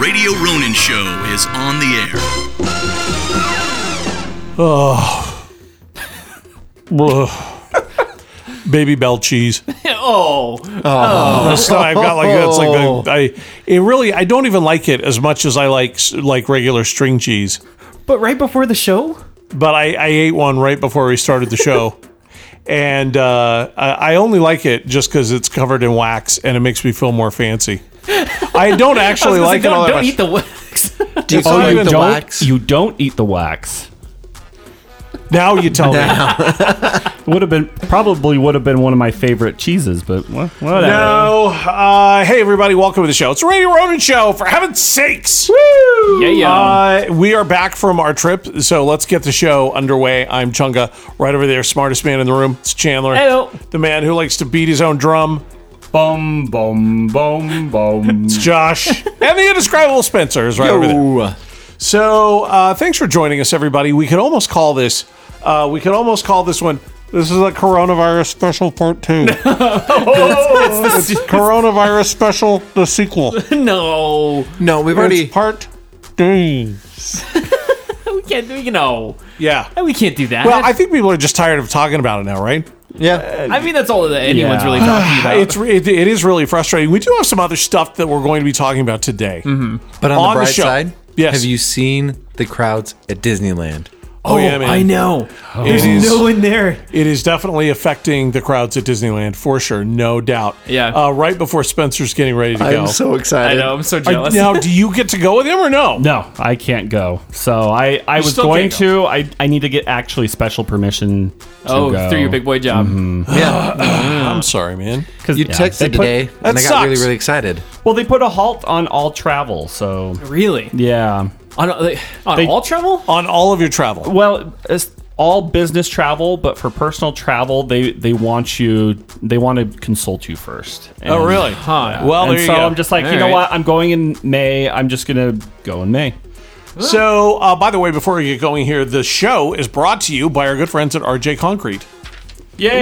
Radio Ronin Show is on the air. Ugh. Baby bell cheese. oh, That's not- I've got like that's like the, I. It really I don't even like it as much as I like s- like regular string cheese. but right before the show, But I, I ate one right before we started the show, and uh, I I only like it just because it's covered in wax and it makes me feel more fancy. I don't actually I was like it gonna all say, that don't, don't much. eat the wax. Do you Oh, you collect the don't- wax? You don't eat the wax. now you tell me. Would have been probably would have been one of my favorite cheeses, but wha- whatever. No. Uh, hey, everybody, welcome to the show. It's the Radio Ronin Show, for heaven's sakes. yeah, yeah. Uh, we are back from our trip, so let's get the show underway. I'm Chunga. Right over there, smartest man in the room, it's Chandler. Heyo. The man who likes to beat his own drum, Boom, boom, boom, boom. it's Josh. and the indescribable Spencer is right over there. So uh, thanks for joining us, everybody. We could almost call this, uh, we could almost call this one, this is a coronavirus special part two. It's coronavirus special, the sequel. no, No, we've already. It's part two. we can't do. You know, Yeah. we can't do that. Well, I think people are just tired of talking about it now, right? Yeah. I mean, that's all that anyone's Yeah. really talking about. It's re- it, it is really frustrating. We do have some other stuff that we're going to be talking about today. But on, on the the bright show. side, Yes. have you seen the crowds at Disneyland? Oh, yeah, man. I know. It is, No one there. it is definitely affecting the crowds at Disneyland for sure, no doubt. Yeah. Uh, right before Spencer's getting ready to go. I excited. know. I'm so Are- jealous. now, do you get to go with him or no? No, I can't go. So I, I was still going can't to. I, I need to get actually special permission. To oh, go. Mm-hmm. through your big boy job. Yeah. I'm sorry, man. 'Cause, You yeah, they texted put- today, and I got sucks. really, really excited. Well, they put a halt on all travel. So Really? yeah. On like, on They- all travel? On all of your travel. Well, it's all business travel, but for personal travel, they they want you. They want to consult you first. Oh, And- really? Huh. Well, and there you so go. I'm just like, you know Alright. what? I'm going in May. I'm just gonna go in May. So, uh, by the way, before we get going here, the show is brought to you by our good friends at RJ Concrete. Yeah.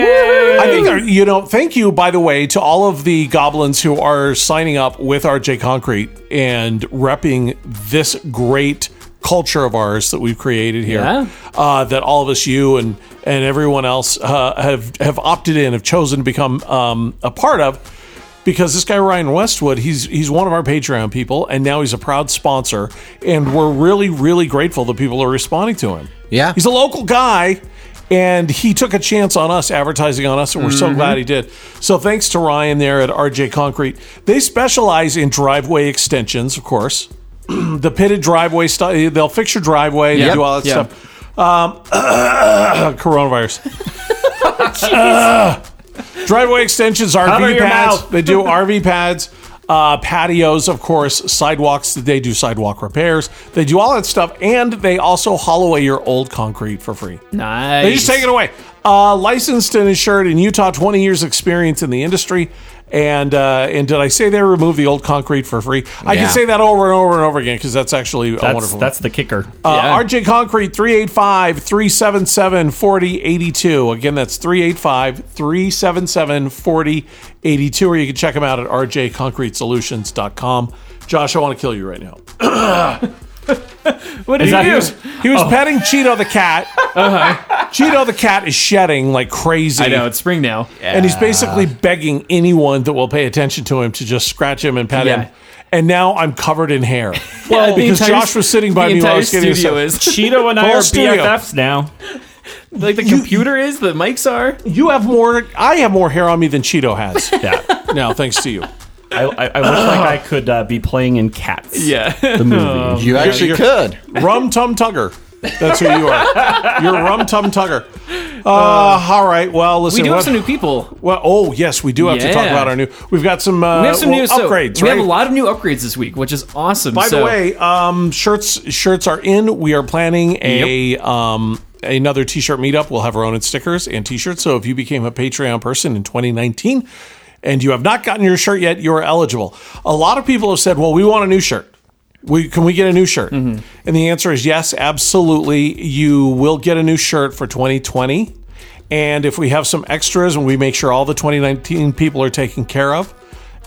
I think, our, you know, thank you, by the way, to all of the goblins who are signing up with RJ Concrete and repping this great culture of ours that we've created here. Yeah. Uh, that all of us, you and and everyone else, uh, have have opted in, have chosen to become um, a part of. Because this guy Ryan Westwood, he's he's one of our Patreon people, and now he's a proud sponsor, and we're really really grateful that people are responding to him. Yeah. He's a local guy, and he took a chance on us, advertising on us, and we're so glad he did. So thanks to Ryan there at RJ Concrete. They specialize in driveway extensions, of course. the pitted driveway stuff. They'll fix your driveway, they Yep. do all that Yeah. stuff. Um, coronavirus. driveway extensions, RV Cover your pads. mouth. They do RV pads, uh, patios, of course, sidewalks. They do sidewalk repairs. They do all that stuff, and they also haul away your old concrete for free. Nice. They just take it away. Uh, licensed and insured in Utah, 20 years experience in the industry. And uh, and did I say they remove the old concrete for free? I Yeah. can say that over and over and over again because that's actually a that's wonderful. that's the kicker. Uh, RJ Concrete 385 377 4082. Again, that's 385 377 4082. Or you can check them out at rjconcretesolutions.com. Josh, I want to kill you right now. What did Is that you yours? do? Oh. Uh-huh. He was petting Cheeto the cat. Cheeto the cat is shedding like crazy. I know it's spring now. And he's basically begging anyone that will pay attention to him to just scratch him and pet Yeah. him. And now I'm covered in hair. Well, the because entire- Josh was sitting by the me while I entire was getting a studio sec- is Cheeto and I Full are studio. BFFs now. like the computer is. The mics are. You have more. I have more hair on me than Cheeto has. Yeah. now, thanks to you. I, I, I look like I could uh, be playing in Cats. Yeah. The movie. You actually you're- could. Rum Tum Tugger. That's who you are. You're Rum Tum Tugger. Uh, all right. Well, listen. We do what- have some new people. well, oh yes, we do have to talk Yeah. about our new. We've got some. Uh, We have some well, new so upgrades. we right? have a lot of new upgrades this week, which is awesome. By the So- way, um, shirts shirts are in. We are planning a um, another t-shirt meetup. We'll have our own stickers and t-shirts. So if you became a Patreon person in 2019 and you have not gotten your shirt yet, you are eligible. A lot of people have said, "Well, we want a new shirt." We, can we get a new shirt? And the answer is yes, absolutely. You will get a new shirt for 2020. And if we have some extras and we make sure all the 2019 people are taken care of,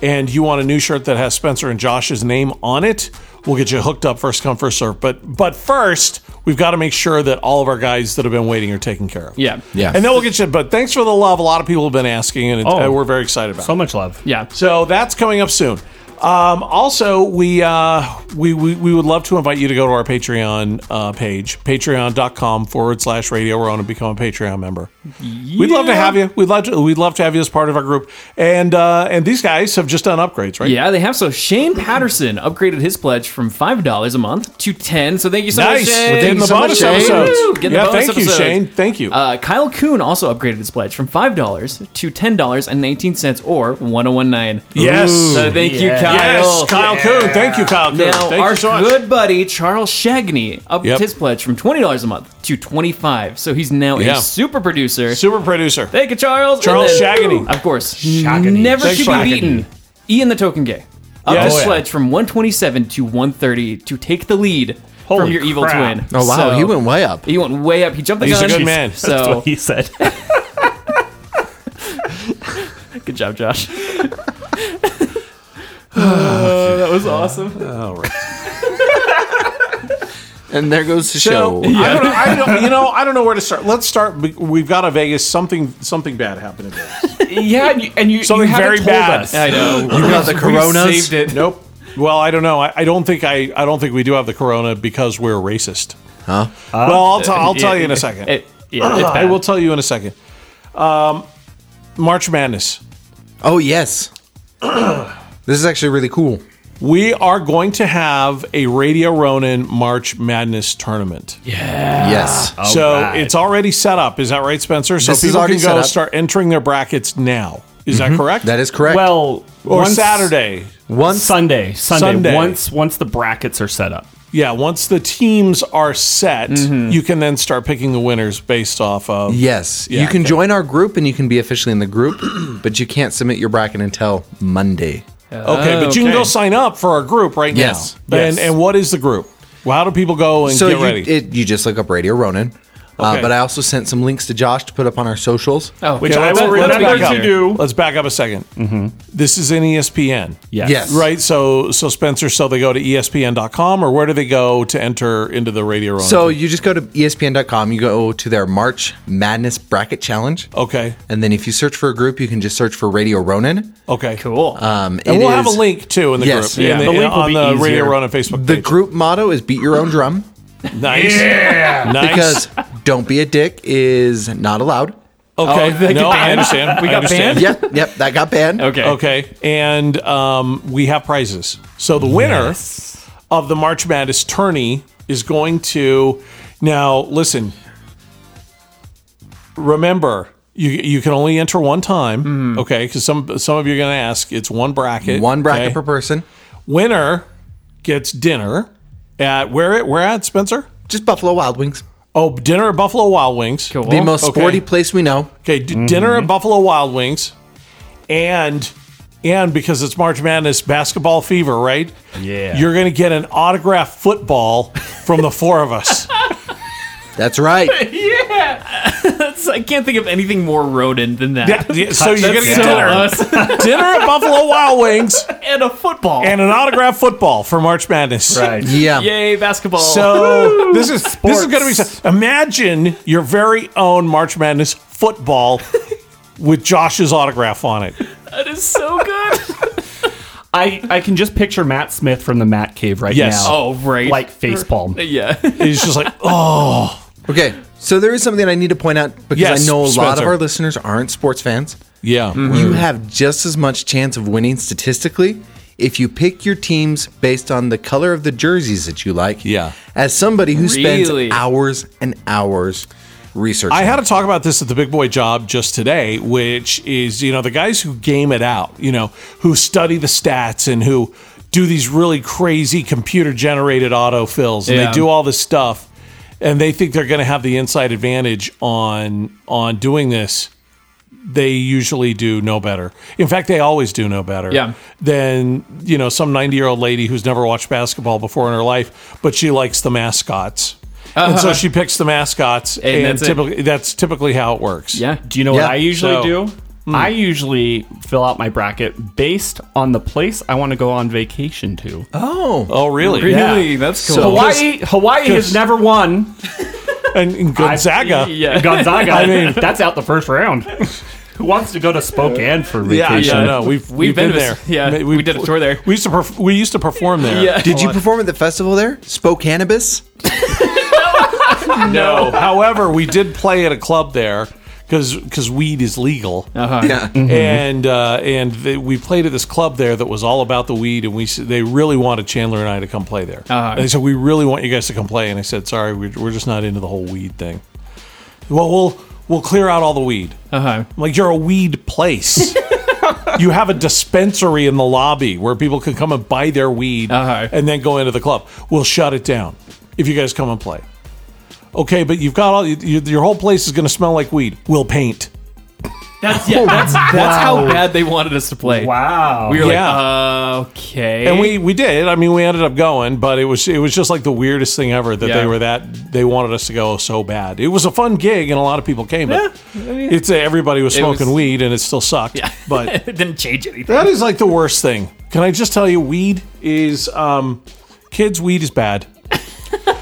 and you want a new shirt that has Spencer and Josh's name on it, we'll get you hooked up first come first serve. But but first, we've got to make sure that all of our guys that have been waiting are taken care of. Yeah. Yeah. And then we'll get you. But thanks for the love. A lot of people have been asking, and, it's, Oh. and we're very excited about. it. So much love. Yeah. So that's coming up soon. Um, also, we, uh, we we we would love to invite you to go to our Patreon uh, page, patreon.com forward slash radio Row, and become a Patreon member. We'd love to have you. We'd love to we'd love to have you as part of our group. And uh, and these guys have just done upgrades, right? Yeah, they have. So Shane Patterson upgraded his pledge from five dollars a month to ten. So thank you so Nice. much, Shane. Getting the So much, bonus Shane. episodes. Woo! Getting the Yeah, bonus thank you, episodes. Shane. Thank you. Uh, Kyle Kuhn also upgraded his pledge from five dollars to ten dollars and nineteen cents, or one oh one nine. Yes. So thank you, Yeah. Kyle. Yes, Kyle Coon. Thank you, Kyle Coon. Now, Thank our you so much. good buddy Charles Shagney upped Yep. his pledge from twenty dollars a month to twenty five. So he's now Yeah. a super producer. Super producer. Thank you, Charles. Charles And Shagney. Of course. Shagney. Never Thanks, to be Shagney. beaten. Ian the Token Gay. Up Yes. his Oh, yeah. sledge from 127 to 130 to take the lead from Holy your evil crap. twin. Oh wow, So- he went way up. He went way up. He jumped the He's a gun. good man. That's So what he said. good job, Josh. Uh, that was awesome. And there goes the So show. I, don't, I don't, you know, I don't know where to start. Let's start. be- We've got a Vegas. Something, something bad happened in Vegas. yeah, and you, and you Something haven't very told bad. us. I know. You got the coronas. saved it. Nope. Well, I don't know. I, I don't think I, I don't think we do have the corona because we're racist. Huh? well, uh, I'll, t- I'll tell you in a second. It- yeah, it's I bad. will tell you in a second. Um, March Madness. Oh yes. this is actually really cool. We are going to have a Radio Ronin March Madness tournament. Yes. so Oh, right. it's already set up. Is that right, Spencer? So This is people already can set go up. Mm-hmm. start entering their brackets now. Is that correct? That is correct. Well, Or once- Saturday. once Sunday, Sunday, Sunday. Once, once the brackets are set up. Yeah, once the teams are set, you can then start picking the winners based off of. Yes, Yeah, you can okay. join our group and you can be officially in the group, but you can't submit your bracket until Monday. Okay, but you can Okay. go sign up for our group right Yes. now. And, Yes. and what is the group? Well, how do people go and so get you, ready? It, you just look up Radio Ronin. Uh, Okay. but I also sent some links to Josh to put up on our socials. Oh, Which okay, I let's- will let's let's back back remember up. up. to do. Let's back up a 2nd This is in E ESPN. Yes. Yes. Right, so so Spencer, so they go to E ESPN.com or where do they go to enter into the radio room? So you just go to E ESPN.com, you go to their March Madness Bracket Challenge. okay, And then if you search for a group, you can just search for Radio Ronin. okay, Cool. Uh, Um, And it we'll have a is- link too in the Yes. group. Yeah, in the, the link will on be the easier. radio run on Facebook. The page. group motto is beat your own drum nice, nice. because don't be a dick is not allowed. okay, Oh, they no, got I banned. understand. We I got understand. banned? Yep, yep, that got banned. okay. Okay. And um, we have prizes. So the winner of the March Madness tourney is going to. Now, listen, remember. You, you can only enter one time, okay? Because some some of you are going to ask. It's one bracket, Mm-hmm. One bracket okay? per person. Winner gets dinner at where it where at Spencer? Just Buffalo Wild Wings. Oh, dinner at Buffalo Wild Wings. Cool. The most okay. sporty place we know. Okay, d- dinner at Buffalo Wild Wings, and and because it's March Madness, basketball fever, right? Yeah. You're gonna get an autographed football from the four of us. That's right. That's- I can't think of anything more rodent than that. Yeah, yeah, so you're gonna get so dinner, us. dinner at Buffalo Wild Wings, and a football. and an autographed football for March Madness. Right. Yeah. Yay, basketball. So this is this is gonna be. so- Imagine your very own March Madness football with Josh's autograph on it. that is so good. I, I can just picture Matt Smith from the Matt Cave right Yes. now. Oh, right. Like facepalm. yeah. It's just like, oh, Okay. So there is something I need to point out because Yes, I know a lot of Spencer. Mm. our listeners aren't sports fans. yeah. You have just as much chance of winning statistically if you pick your teams based on the color of the jerseys that you like. Yeah. As somebody who Really? spends hours and hours researching. I had to talk about this at the big boy job just today, which is, you know, the guys who game it out, you know, who study the stats and who do these really crazy computer generated autofills and Yeah. they do all this stuff and they think they're going to have the inside advantage on on doing this. They usually do no better. In fact, they always do no better Yeah. than, you know, some 90-year-old lady who's never watched basketball before in her life, but she likes the mascots. And so she picks the mascots and, that's it. typically that's typically how it works. Yeah. Do you know Yeah. what I usually So- do? I usually fill out my bracket based on the place I want to go on vacation to. Oh, Oh, really? Really? That's cool. Hawaii, Hawaii has never won. And, and Gonzaga. yeah. Gonzaga. I mean, that's out the first round. Who wants to go to Spokane for Yeah, vacation? yeah, no, we've we've, been, been to- there. yeah, Ma- we did a tour there. We used to perf- we used to perform there. Yeah. did you perform at the festival there? Spokannabis? No. However, we did play at a club there because weed is legal. Uh-huh. Yeah. Mm-hmm. and uh, and they, we played at this club there that was all about the weed, and we s- they really wanted Chandler and I to come play there. Uh-huh. And they said we really want you guys to come play, and I said sorry, we're, we're just not into the whole weed thing. Well, we'll we'll clear out all the weed. Uh-huh. I'm like you're a weed place. you have a dispensary in the lobby where people can come and buy their weed Uh-huh. and then go into the club. We'll shut it down if you guys come and play. Okay, but you've got all you, your whole place is going to smell like weed. We'll paint. That's yeah, that's that's how bad they wanted us to play. Wow. We were Yeah. like, okay. and we we did. I mean, we ended up going, but it was it was just like the weirdest thing ever that they Yeah. were that they wanted us to go so bad. It was a fun gig, and a lot of people came. But it's everybody was smoking was- weed, and it still sucked. But it didn't change anything. that is like the worst thing. Can I just tell you, weed is um, kids. Weed is bad.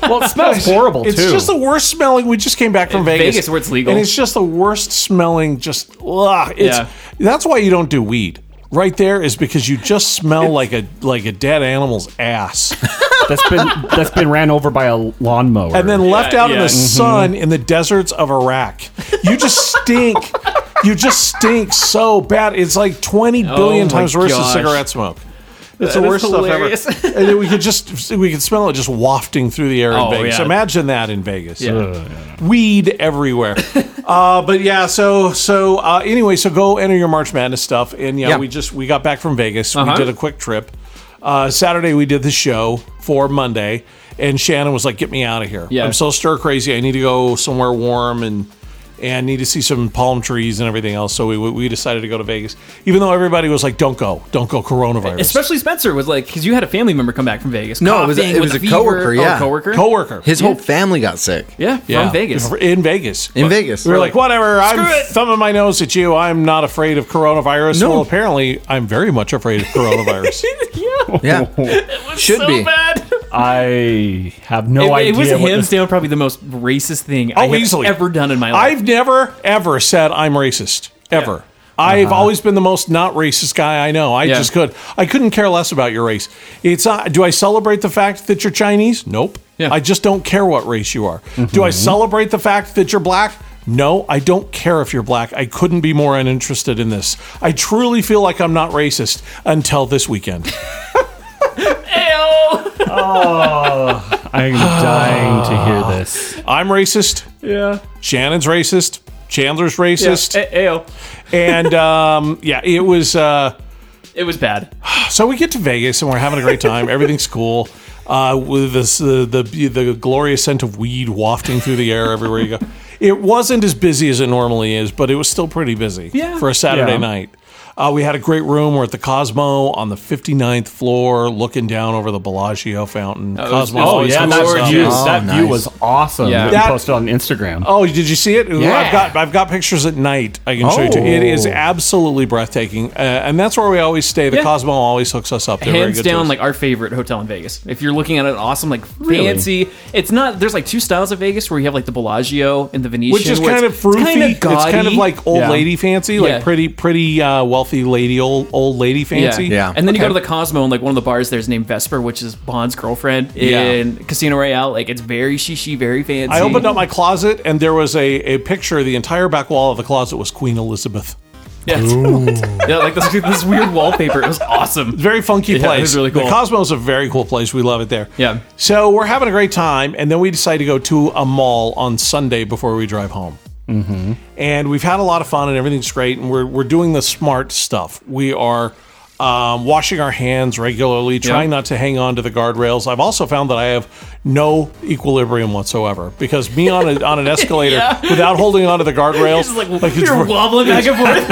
Well, it smells horrible It's too. just the worst smelling. We just came back from Vegas, Vegas, where it's legal. and it's just the worst smelling. Just ugh, it's, Yeah. That's why you don't do weed. Right there is because you just smell like a like a dead animal's ass. that's been that's been ran over by a lawnmower. and then left out in yeah. Mm-hmm. the sun in the deserts of Iraq. You just stink. you just stink so bad. It's like twenty billion Oh my times worse gosh. than cigarette smoke. It's the That is worst hilarious. stuff ever. And then we could just we could smell it just wafting through the air in Oh, Vegas. yeah. Imagine that in Vegas. Yeah. Weed everywhere. uh, but yeah, so so uh, anyway, so go enter your March Madness stuff. And yeah, Yeah. we just we got back from Vegas. Uh-huh. We did a quick trip. Uh, Saturday we did the show for Monday, and Shannon was like, "Get me out of here! Yeah. I'm so stir crazy. I need to go somewhere warm and." And need to see some palm trees and everything else. So we, we decided to go to Vegas, even though everybody was like, "Don't go, don't go, coronavirus." Especially Spencer was like, because you had a family member come back from Vegas. No, it was a- coughing it with was a fever. coworker, Oh, yeah. coworker. coworker, His whole family got sick. yeah, from Yeah. Vegas. in Vegas, In Vegas. We were like, whatever, I'm it. thumbing my nose at you. I'm not afraid of coronavirus. No. Well, apparently, I'm very much afraid of coronavirus. Yeah. Should so be. bad. I have no it, idea. it was what hands this- down probably the most racist thing I Oh, have easily. ever done in my life. I've never, ever said I'm racist, ever. I've always been the most not racist guy I know. I Uh-huh. Yeah. just could. I couldn't care less about your race. It's not, do I celebrate the fact that you're Chinese? Nope. Yeah. Mm-hmm. I just don't care what race you are. Do I celebrate the fact that you're black? No, I don't care if you're black. I couldn't be more uninterested in this. I truly feel like I'm not racist until this weekend. Ayo. I'm dying to hear this. I'm racist. Yeah. Shannon's racist. Chandler's racist. A- Ayo. and um, yeah, it was. Uh, It was bad. so we get to Vegas and we're having a great time. Everything's cool. Uh, with this, uh, the the glorious scent of weed wafting through the air everywhere you go. It wasn't as busy as it normally is, but it was still pretty busy Yeah. for a Saturday Yeah. night. Uh, we had a great room. We're at the Cosmo on the 59th floor, looking down over the Bellagio fountain. it was- Cosmo. it was Oh always yeah, looks that awesome. view, Oh, that view nice. was awesome. Yeah. Yeah. That- posted on Instagram. Oh, did you see it? Ooh, Yeah. I've got I've got pictures at night. I can show you. Too. It is Oh. absolutely breathtaking, uh, and that's where we always stay. The Yeah. Cosmo always hooks us up. They're very hands good to down us. like our favorite hotel in Vegas. If you're looking at an awesome like fancy, it's not. There's like two styles of Vegas where you have like the Bellagio and the Venetian, which is where kind of it's- it's fruity. It's kinda kind of, gaudy. like old Yeah. lady fancy, Yeah. like pretty pretty uh, wealthy lady old old lady fancy. Yeah. And then you go to Okay. the Cosmo and like one of the bars there's named Vesper, which is Bond's girlfriend Yeah. in Casino Royale. Like it's very shishi, very fancy. I opened up my closet and there was a, a picture. The entire back wall of the closet was Queen Elizabeth. yeah, yeah like this, this weird wallpaper. It was awesome. Very funky it place. was really cool. The Cosmo is a very cool place. We love it there. Yeah. So we're having a great time, and then we decide to go to a mall on Sunday before we drive home. Mm-hmm. And we've had a lot of fun, and everything's great. And we're we're doing the smart stuff. We are um, washing our hands regularly, trying not to hang on to the guardrails. I've also found that I have no equilibrium whatsoever because me on a, on an escalator without holding on to the guardrails, It's like, it's, you're wobbling back and forth.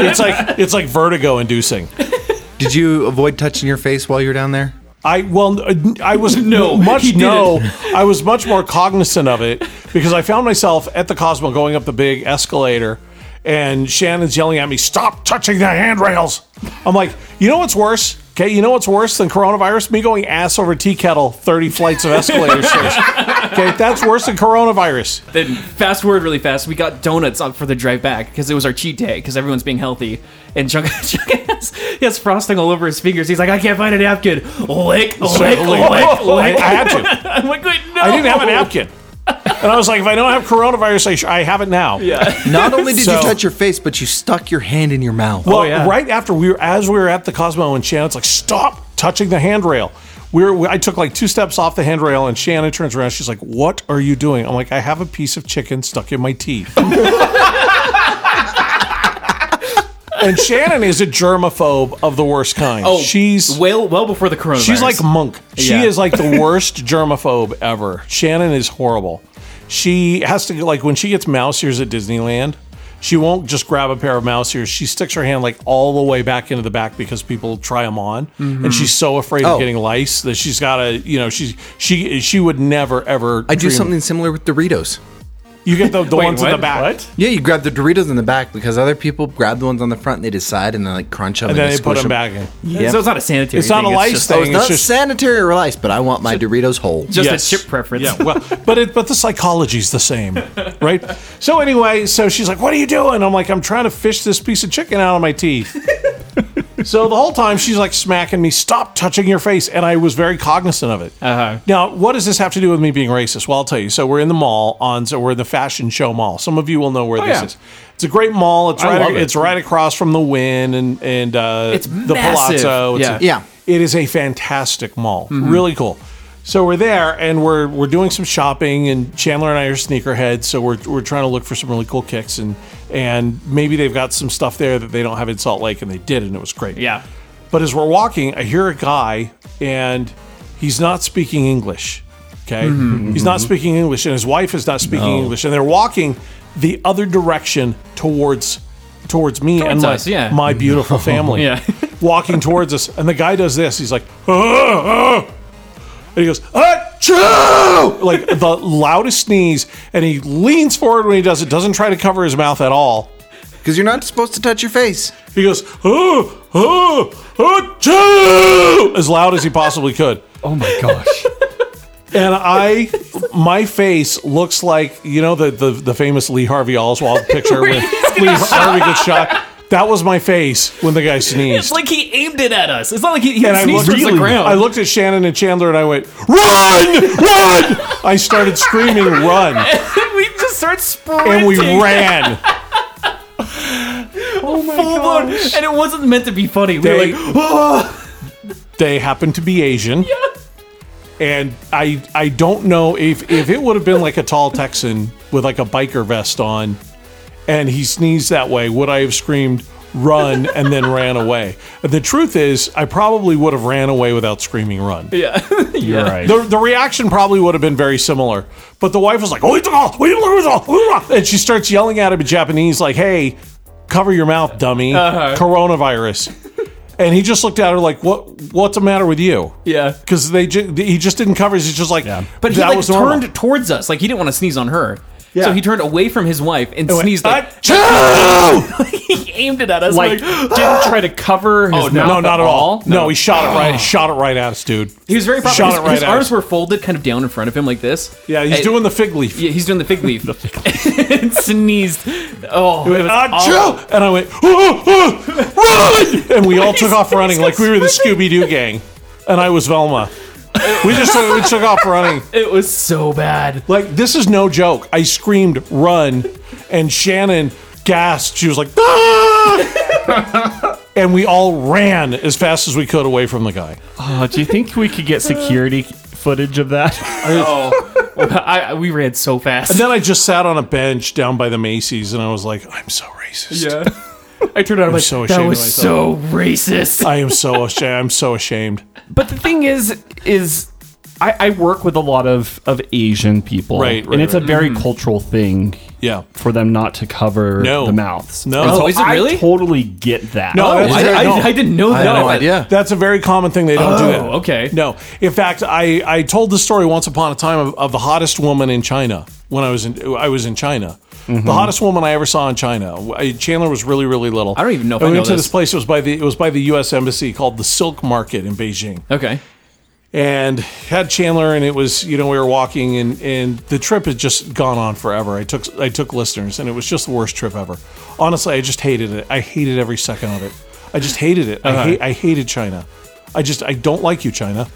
it's like it's like vertigo inducing. Did you avoid touching your face while you were down there? I well, n- I was no much no. I was much more cognizant of it because I found myself at the Cosmo going up the big escalator, and Shannon's yelling at me, "Stop touching the handrails!" I'm like, you know what's worse? Okay, you know what's worse than coronavirus? Me going ass over tea kettle, thirty flights of escalator stairs. Okay, that's worse than coronavirus. Then fast forward really fast. We got donuts on for the drive back because it was our cheat day because everyone's being healthy. And Chuck, Chuck has, he has frosting all over his fingers. He's like, I can't find a napkin. Lick, lick, lick, I, lick. I had to. I'm like, wait, no. I didn't have a napkin. And I was like, if I don't have coronavirus, I, sh- I have it now. Yeah. Not only did So- you touch your face, but you stuck your hand in your mouth. Well, Oh, yeah. right after we were, as we were at the Cosmo and Shannon's like, stop touching the handrail. We were, I took like two steps off the handrail and Shannon turns around. She's like, what are you doing? I'm like, I have a piece of chicken stuck in my teeth. and Shannon is a germaphobe of the worst kind. Oh, she's well, well before the coronavirus. She's like Monk. She Yeah. is like the worst germaphobe ever. Shannon is horrible. She has to like when she gets mouse ears at Disneyland, she won't just grab a pair of mouse ears. She sticks her hand like all the way back into the back because people try them on, and she's so afraid of Oh. getting lice that she's got to you know she she she would never ever. I do dream- something similar with Doritos. You get the, the Wait, ones in what? the back. What? Yeah, you grab the Doritos in the back because other people grab the ones on the front and they decide and they like crunch them And then they put squish them back in. So it's not a sanitary It's not thing, a lice just- thing. Oh, it's It's not just- sanitary or lice, but I want my Doritos whole. Just Yes. a chip preference. Yeah, well, but it, but the psychology's the same, right? So anyway, so she's like, "What are you doing?" I'm like, "I'm trying to fish this piece of chicken out of my teeth." so the whole time she's like smacking me, "Stop touching your face," and I was very cognizant of it. Uh-huh. Now, what does this have to do with me being racist? Well, I'll tell you. So we're in the mall on, so we're in the fashion show mall. Some of you will know where this yeah. is. It's a great mall. It's I right. love it. It's right across from the Win and and uh, It's the massive. Palazzo. It's Yeah. a- Yeah. it is a fantastic mall. Really cool. So we're there and we're we're doing some shopping and Chandler and I are sneakerheads, so we're we're trying to look for some really cool kicks and and maybe they've got some stuff there that they don't have in Salt Lake and they did and it was great. Yeah. But as we're walking, I hear a guy and he's not speaking English. Okay. Mm-hmm. He's not speaking English and his wife is not speaking English. And they're walking the other direction towards towards me and Towards my, us, yeah. my beautiful family. Yeah. walking towards us. And the guy does this. He's like, "Ah, ah." and he goes, Achoo! like the loudest sneeze. And he leans forward when he does it, doesn't try to cover his mouth at all. Because you're not supposed to touch your face. He goes, oh, oh, achoo! as loud as he possibly could. Oh my gosh. And I, my face looks like, you know, the, the, the famous Lee Harvey Oswald picture when Lee Harvey gets shot. That was my face when the guy It's sneezed. like he aimed it at us. It's not like he, he And I sneezed looked, towards the ground. I looked at Shannon and Chandler and I went, run, run. I started screaming, run. we just start sprinting. And we ran. Oh full blown. And it wasn't meant to be funny. We They- were like, "Oh." "Ah." They happen to be Asian. And I I don't know if if it would have been like a tall Texan with like a biker vest on and he sneezed that way, would I have screamed run and then ran away? The truth is I probably would have ran away without screaming run. yeah. You're right. The, the reaction probably would have been very similar, but the wife was like, "Oh, it's all- we lose all- we lose all," and she starts yelling at him in Japanese, like, "Hey, cover your mouth, dummy! Uh-huh. Coronavirus." and he just looked at her like, "What? What's the matter with you?" Yeah. because they ju- he just didn't cover. He's just like, But he that like was normal." turned towards us. Like he didn't want to sneeze on her. So he turned away from his wife and Went, sneezed like "Achoo!" he aimed it at us. like Like, didn't try to cover his mouth. no, not at all. No, No. he shot it right. Shot it right at us, dude. he was very proper. Shot his it right his at arms us. were folded kind of down in front of him like this. Yeah, he's And- doing the fig leaf. Yeah, he's doing the fig leaf. and sneezed. Oh, it was Achoo! awful. And I went, "Oh, oh, run! And we all took off running like we were the Scooby Doo gang. And I was Velma. We just took, we took off running. It was so bad. Like, this is no joke. I screamed, run. And Shannon gasped. She was like, "Ah!" And we all ran as fast as we could away from the guy. Oh, do you think we could get security footage of that? Oh, I, I- we ran so fast. Then I just sat on a bench down by the Macy's and I was like, I'm so racist. yeah. I turned out I'm like, so that ashamed of was so racist. I am so ashamed. I'm so ashamed. But the thing is, is I, I work with a lot of of Asian people, Right, right, and it's a very cultural thing Yeah. for them not to cover No. the mouths. No. And Oh, is it really? I totally get that. No, Oh, that's I, very- I, no. I didn't know I that. had no idea. That's a very common thing. They don't do Oh, that. okay. No. In fact, I, I told the story once upon a time of, of the hottest woman in China when I was in I was in China, Mm-hmm. The hottest woman I ever saw in China. I- Chandler was really, really little. I don't even know if And I we know went to this. this place. It was by the it was by the U.S. embassy called the Silk Market in Beijing Okay. and had Chandler, and it was you know we were walking, and and the trip had just gone on forever. I took I took listeners, and it was just the worst trip ever. Honestly, I just hated it. I hated every second of it. I just hated it. I hate, I hated China. I just I don't like you, China.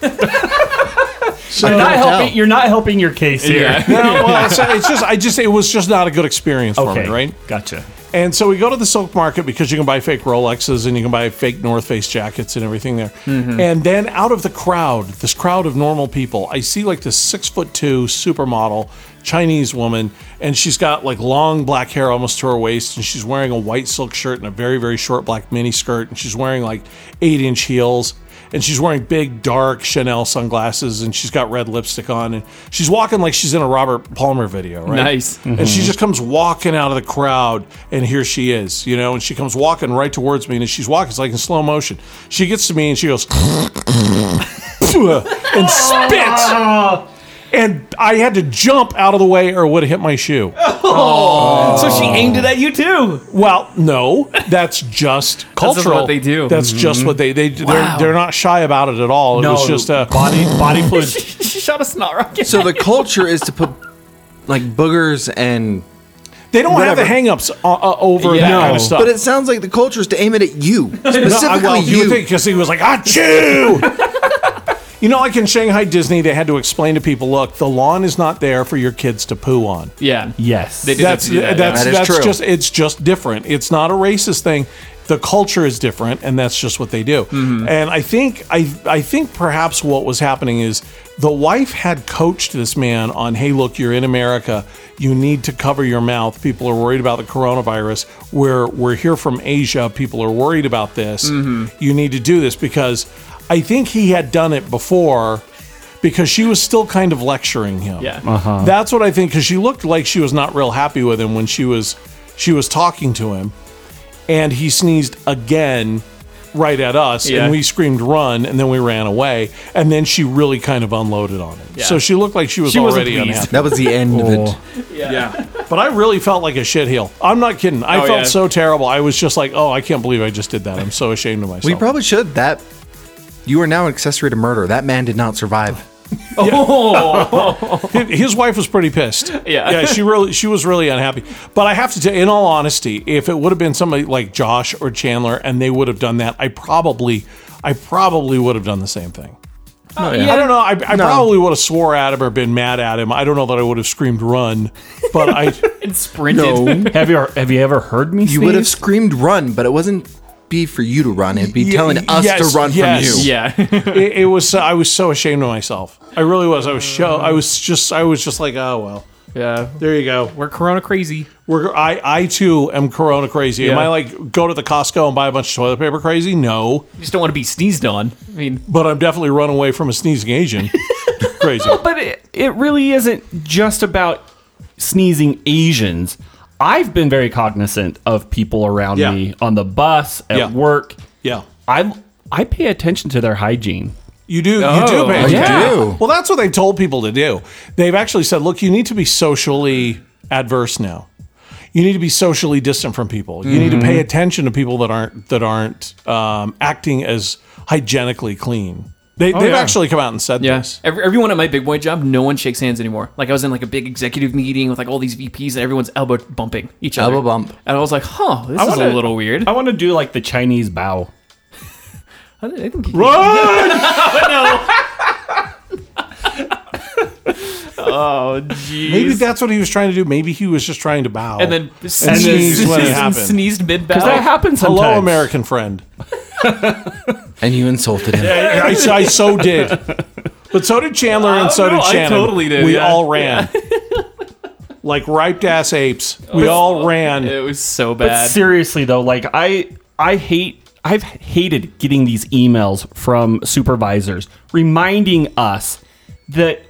so, You're not Hotel. helping. You're not helping your case here. no, well, it's, it's just I just it was just not a good experience for Okay. me, right? Gotcha. And so we go to the silk market because you can buy fake Rolexes and you can buy fake North Face jackets and everything there. And then out of the crowd, this crowd of normal people, I see like this six foot two supermodel Chinese woman, and she's got like long black hair almost to her waist, and she's wearing a white silk shirt and a very, very short black mini skirt, and she's wearing like eight inch heels. And she's wearing big, dark Chanel sunglasses, and she's got red lipstick on, and she's walking like she's in a Robert Palmer video, right? Nice. and she just comes walking out of the crowd and here she is you know and she comes walking right towards me and as she's walking it's like in slow motion she gets to me and she goes and spits and i had to jump out of the way or it would have hit my shoe So she Oh. aimed it at you too. well no that's just cultural what they do. that's just what they they they're, they're not shy about it at all it was just uh, a body body fluid. she shot a snot rocket. So the culture is to put like boogers and. they don't have Whatever. the hang-ups uh, uh, over Yeah. that kind No. of stuff But it sounds like the culture is to aim it at you specifically. well, you, you. would think because he was like, "Ah, achoo! you know, like in Shanghai Disney, they had to explain to people, look, the lawn is not there for your kids to poo on. Yeah. Yes. They did That's have to do that, that's yeah. That that's is true. just it's just different. It's not a racist thing. The culture is different, and that's just what they do. Mm-hmm. And I think I I think perhaps what was happening is the wife had coached this man on, hey, look, you're in America, you need to cover your mouth. People are worried about the coronavirus. We're we're here from Asia. People are worried about this. Mm-hmm. You need to do this because I think he had done it before. Because she was still kind of lecturing him. Yeah. Uh, That's what I think because she looked like she was not real happy with him when she was she was talking to him, and he sneezed again right at us, Yeah. and we screamed "run," and then we ran away, and then she really kind of unloaded on him. So she looked like she was She wasn't already pleased. unhappy. that was the end of Oh. it. Yeah. But I really felt like a shitheel. I'm not kidding. I Oh, felt yeah. so terrible. I was just like, oh, I can't believe I just did that. I'm so ashamed of myself. We probably should. That you are now an accessory to murder. That man did not survive. Oh. his wife was pretty pissed. Yeah. yeah, she really she was really unhappy. But I have to tell, in all honesty, if it would have been somebody like Josh or Chandler, and they would have done that, I probably, I probably would have done the same thing. I don't know. I, I probably would have swore at him or been mad at him. I don't know that I would have screamed "run," but I and sprinted. have you have you ever heard me? You would have screamed "run," but it wasn't be for you to run. It'd be telling us yes, to run yes. from you. Yeah. it, it was. so- I was so ashamed of myself. I really was. I was show. I was just. I was just like, oh well. yeah. There you go. We're Corona crazy. We're, I, I too am corona crazy. Am Yeah. I like go to the Costco and buy a bunch of toilet paper crazy? No, You just don't want to be sneezed on. I mean, but I'm definitely run away from a sneezing Asian. crazy. But it, it really isn't just about sneezing Asians. I've been very cognizant of people around Yeah. me on the bus, at Yeah. work. Yeah, I I pay attention to their hygiene. you do. you Oh, do. Man. you Yeah. do. Well, that's what they told people to do. They've actually said, look, you need to be socially adverse now. You need to be socially distant from people. You need to pay attention to people that aren't that aren't um, acting as hygienically clean. They, they've yeah. actually come out and said this. Every, everyone at my big boy job, no one shakes hands anymore. Like I was in like a big executive meeting with like all these VPs and everyone's elbow bumping each other. Elbow bump. And I was like, huh, this is wanna- a little weird. I want to do like the Chinese bow. I think Run! oh, Maybe jeez. that's what he was trying to do. Maybe he was just trying to bow. And then And sneezed, sneezed when it and happened. sneezed mid Because that bow. happens sometimes. Hello, American friend. And you insulted him. I, I so did. But so did Chandler and so Oh, no, did I Shannon. totally did, We yeah. all ran. like riped ass apes. We all ran. It was so But bad. seriously though, like I I hate I've hated getting these emails from supervisors reminding us that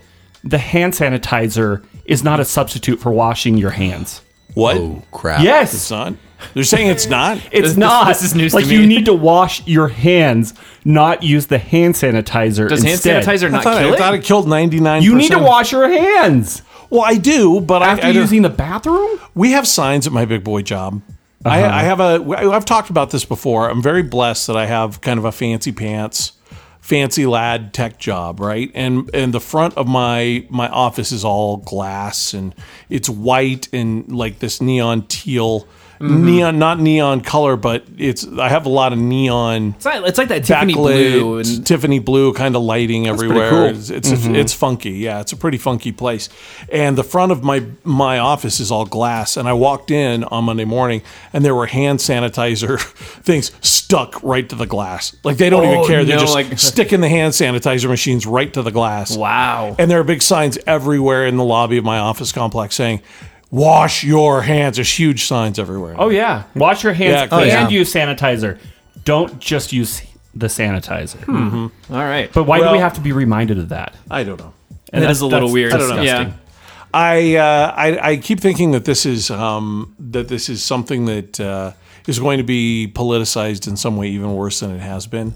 the hand sanitizer is not a substitute for washing your hands. What? Crap. Yes. It's not. They're saying it's not. It's This- not. this is news to Like you me. need to wash your hands, not use the hand sanitizer. Does hand instead. I sanitizer not thought, I kill thought it? it killed 99%. You need to wash your hands. Well, I do, but I- After I, don't- using the bathroom? we have signs at my big boy job. I, I have a. I've talked about this before. I'm very blessed that I have kind of a fancy pants, fancy lad tech job, right? And and the front of my my office is all glass and it's white and like this neon teal, neon not neon color, but it's. I have a lot of neon It's, not, it's like that Tiffany blue backlit and Tiffany blue kind of lighting everywhere. cool. It's it's, Mm-hmm. it's funky. Yeah, it's a pretty funky place. And the front of my my office is all glass. And I walked in on Monday morning, and there were hand sanitizer things stuck right to the glass. Like they don't even Oh, care. They're no, just like- sticking the hand sanitizer machines right to the glass. wow. And there are big signs everywhere in the lobby of my office complex saying, "Wash your hands." There's huge signs everywhere. Oh yeah. Wash your Yeah, hands crazy. and Yeah. use sanitizer. Don't just use the sanitizer. Hmm. All right. But why do we Well- have to be reminded of that? I don't know. And that is a little that's weird. disgusting. Yeah. I, uh, I I keep thinking that this is um, that this is something that uh, is going to be politicized in some way, even worse than it has been.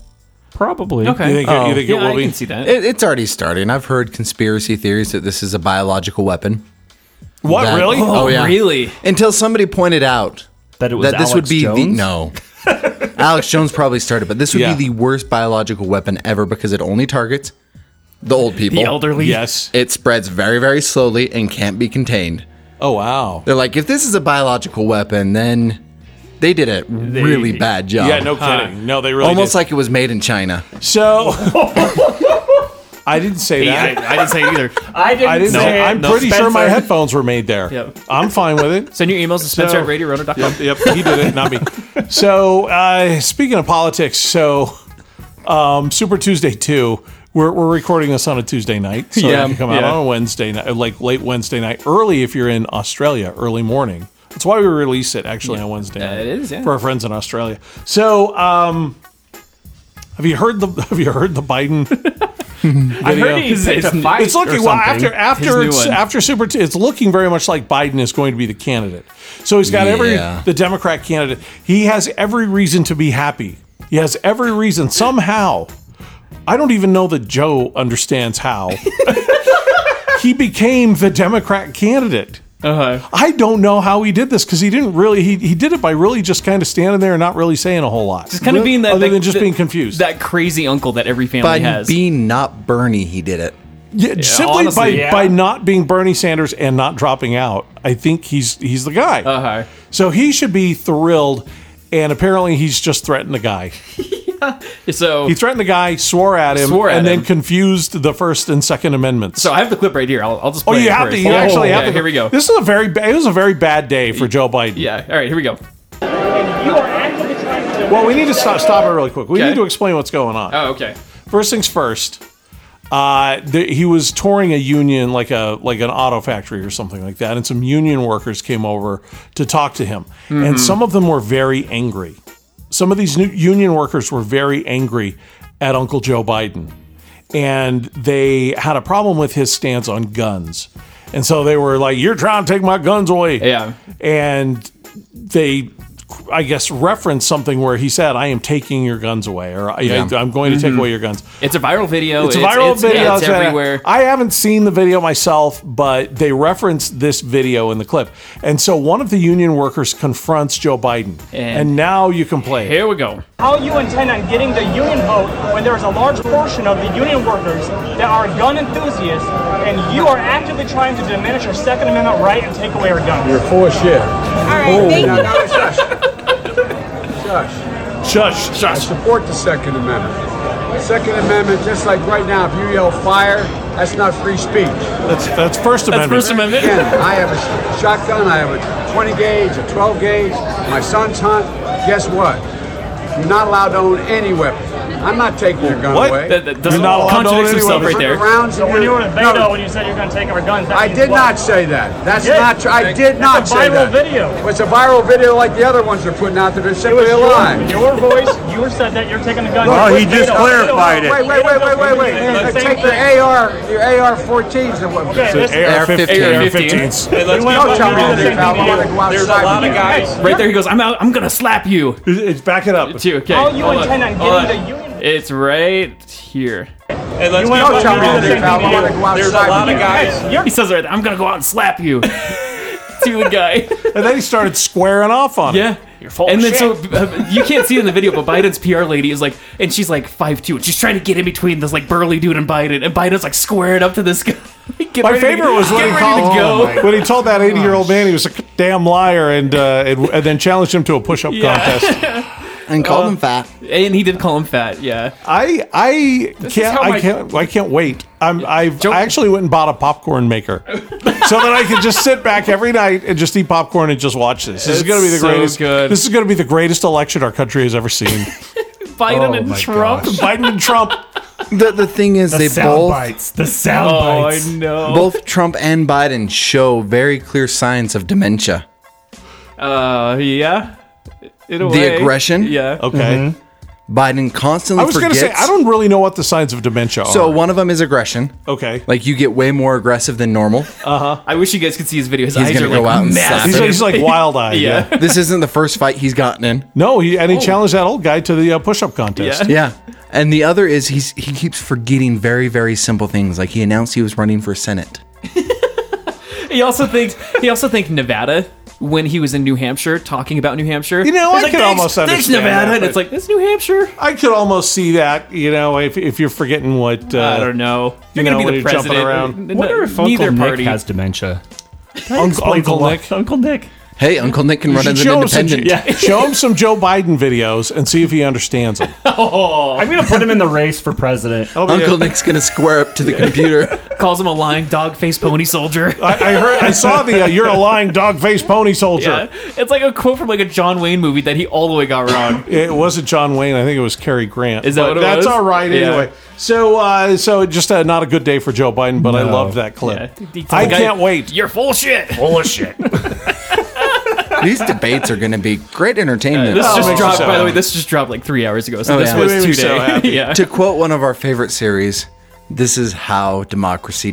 Probably. You Okay. Oh. think, you think it yeah, will I be? can see that. It, it's already starting. I've heard conspiracy theories that this is a biological weapon. What That- really? Oh, yeah. Really? Until somebody pointed out That it was that this Alex would be the Jones? no. Alex Jones probably started, but this would Yeah. be the worst biological weapon ever because it only targets the old people. The elderly. Oh, Yes. It spreads very, very slowly and can't be contained. Oh wow. They're like, if this is a biological weapon, then they did a really bad job. Yeah, no kidding. No, they really Almost did. like it was made in China. so. I didn't say that. I, I didn't say it either. I didn't, I didn't say say. it. I'm No, pretty sure my Spencer. headphones were made there. Yep. I'm fine with it. Send your emails to Spencer So- at RadioRunner.com. Yep, he did it, not me. So, uh, speaking of politics, so um, Super Tuesday 2, we're, we're recording this on a Tuesday night. So Yeah, yeah, come out yeah. on a Wednesday night, like late Wednesday night, early if you're in Australia, early morning. That's why we release it actually on Wednesday night. it is, yeah. For our friends in Australia. So, um, have you heard the have you heard the Biden I video? heard he His- picked a his- fight it's looking or well something. after after new it's, one. after super. T- it's looking very much like Biden is going to be the candidate. So he's got every Yeah. the Democrat candidate. He has every reason to be happy. He has every reason somehow. I don't even know that Joe understands how he became the Democrat candidate. Uh-huh. I don't know how he did this because he didn't really. He, he did it by really just kind of standing there and not really saying a whole lot. It's kind of being that other that- than just that- being confused. That crazy uncle that every family By has. being not Bernie, he did it. Yeah, simply honestly, by, yeah. by not being Bernie Sanders and not dropping out, I think he's he's the guy. Uh-huh. So he should be thrilled. And apparently, he's just threatened the guy. So He threatened the guy, swore at him, Swore at and then him. confused the First and Second Amendments. so I have the clip right here. I'll, I'll just oh, play you it have first. to. You actually have yeah, to. Here we go. This is a very. Ba- it was a very bad day for Joe Biden. yeah. All right. Here we go. You are actively trying to. Well, we need to stop. Stop it really quick. We Okay. need to explain what's going on. Oh, okay. First things first. Uh, th- he was touring a union, like a like an auto factory or something like that, and some union workers came over to talk to him, and some of them were very angry. Some of these new union workers were very angry at Uncle Joe Biden, and they had a problem with his stance on guns, and so they were like, "You're trying to take my guns away." Yeah. and they i guess referenced something where he said i am taking your guns away or I, I, am going to take away your guns It's a viral video. it's a viral it's, video Yeah, it's so everywhere. i haven't seen the video myself but they referenced this video in the clip and so one of the union workers confronts joe biden and, And- now you can play it. Here we go. How you intend on getting the union vote when there is a large portion of the union workers that are gun enthusiasts and you are actively trying to diminish our Second Amendment right and take away our guns? You're full of shit. All right, thank you. shush I shush support the Second Amendment. Second Amendment, just like right now, if you yell fire, that's not free speech. that's that's first That's amendment First Amendment. Again, I have a sh- shotgun, I have a 20 gauge, a 12 gauge, my sons hunt. Guess what? You're not allowed to own any weapon. I'm not taking your gun What? away. That, that doesn't not allowed to contradicts own himself anyone. right Put there. the rounds So in when you your- were in Beto No, when you said you're going to take our guns, that I means did what? not say that. That's did. not true. I did That's not a say viral that. video. It's a viral video like the other ones they're putting out there. They're It was simply a lie. your, your voice. You said that you're taking the gun. Well, he just clarified Wait, wait, wait, wait, wait, wait. Take your AR, your AR-14s and what? Okay, So listen. AR-15. AR-15. AR-15. You don't tell me anything, pal. I'm gonna go outside There's a lot with of you. guys. Right there, he goes. I'm out. I'm gonna slap you. It's- it's- Back it up. Too. Okay. How you hold on, intend on hold getting the on. union? It's right here. And let's You wanna be go honest, tell we me did the that same Val thing. wanted to go There's a outside lot with of you. guys. He says right there, I'm gonna go out and slap you. to the guy. And then he started squaring off on him. Yeah. You're full and then so uh, you can't see it in the video, but Biden's PR lady is like, and she's like five two, and she's trying to get in between this like burly dude and Biden, and Biden's like squaring up to this guy. Get My ready to- favorite was when get he ready to called- Oh go. When he told that 80 year old man he was a damn liar and, uh, and, and then challenged him to a push up contest. and called him fat. And he did call him fat. Yeah. I I can't how I my- can't I can't wait. I'm I've, Joe- I actually went and bought a popcorn maker so that I could just sit back every night and just eat popcorn and just watch this. This is It's going to be the so greatest. good. This is going to be the greatest election our country has ever seen. Biden and Trump. Biden and Trump. The, the thing is, they both bites. The sound Oh, I bites. know. both Trump and Biden show very clear signs of dementia. Uh, yeah. In a The aggression? Yeah. Okay. Biden constantly I was going to forgets. say I don't really know what the signs of dementia are. So one of them is aggression. okay. Like you get way more aggressive than normal. I wish you guys could see his video. His He's eyes gonna are go like out and slap massive. He's, he's like wild eyed. yeah. yeah. this isn't the first fight he's gotten in. No, he and he challenged that old guy to the uh, push up contest. Yeah. And the other is he's he keeps forgetting very very simple things. Like he announced he was running for senate. He also thinks he also thinks Nevada when he was in New Hampshire talking about New Hampshire. You know, He's I like, could "Thanks- almost thanks, understand Nevada, that, and it's like it's New Hampshire. I could almost see that. You know, if if you're forgetting what uh, I don't know. you You're gonna know, when be the you're jumping president. around. N- wonder if Uncle neither Nick party has dementia. Uncle, Uncle Nick. Uncle Nick. Hey, Uncle Nick can run should as an show him, some, independent. show him some Joe Biden videos and see if he understands them. I'm gonna put him in the race for president. Oh, Uncle Nick's gonna square up to the computer. calls him a lying dog faced pony soldier. I, I heard, I saw the uh, "You're a lying dog faced pony soldier." Yeah. It's like a quote from like a John Wayne movie that he all the way got wrong. It wasn't John Wayne. I think it was Cary Grant. Is that But what it That's was? all right. Yeah. Anyway, so uh, so just uh, not a good day for Joe Biden, but I loved that Yeah. clip. He tells I the guy, can't wait. You're full of shit. Oh, These debates are gonna be great entertainment. This makes me just dropped. so By the way, happy. this just dropped like three hours ago. So Oh, this yeah. It was made me so today. happy. yeah. to quote one of our favorite series, this is how democracy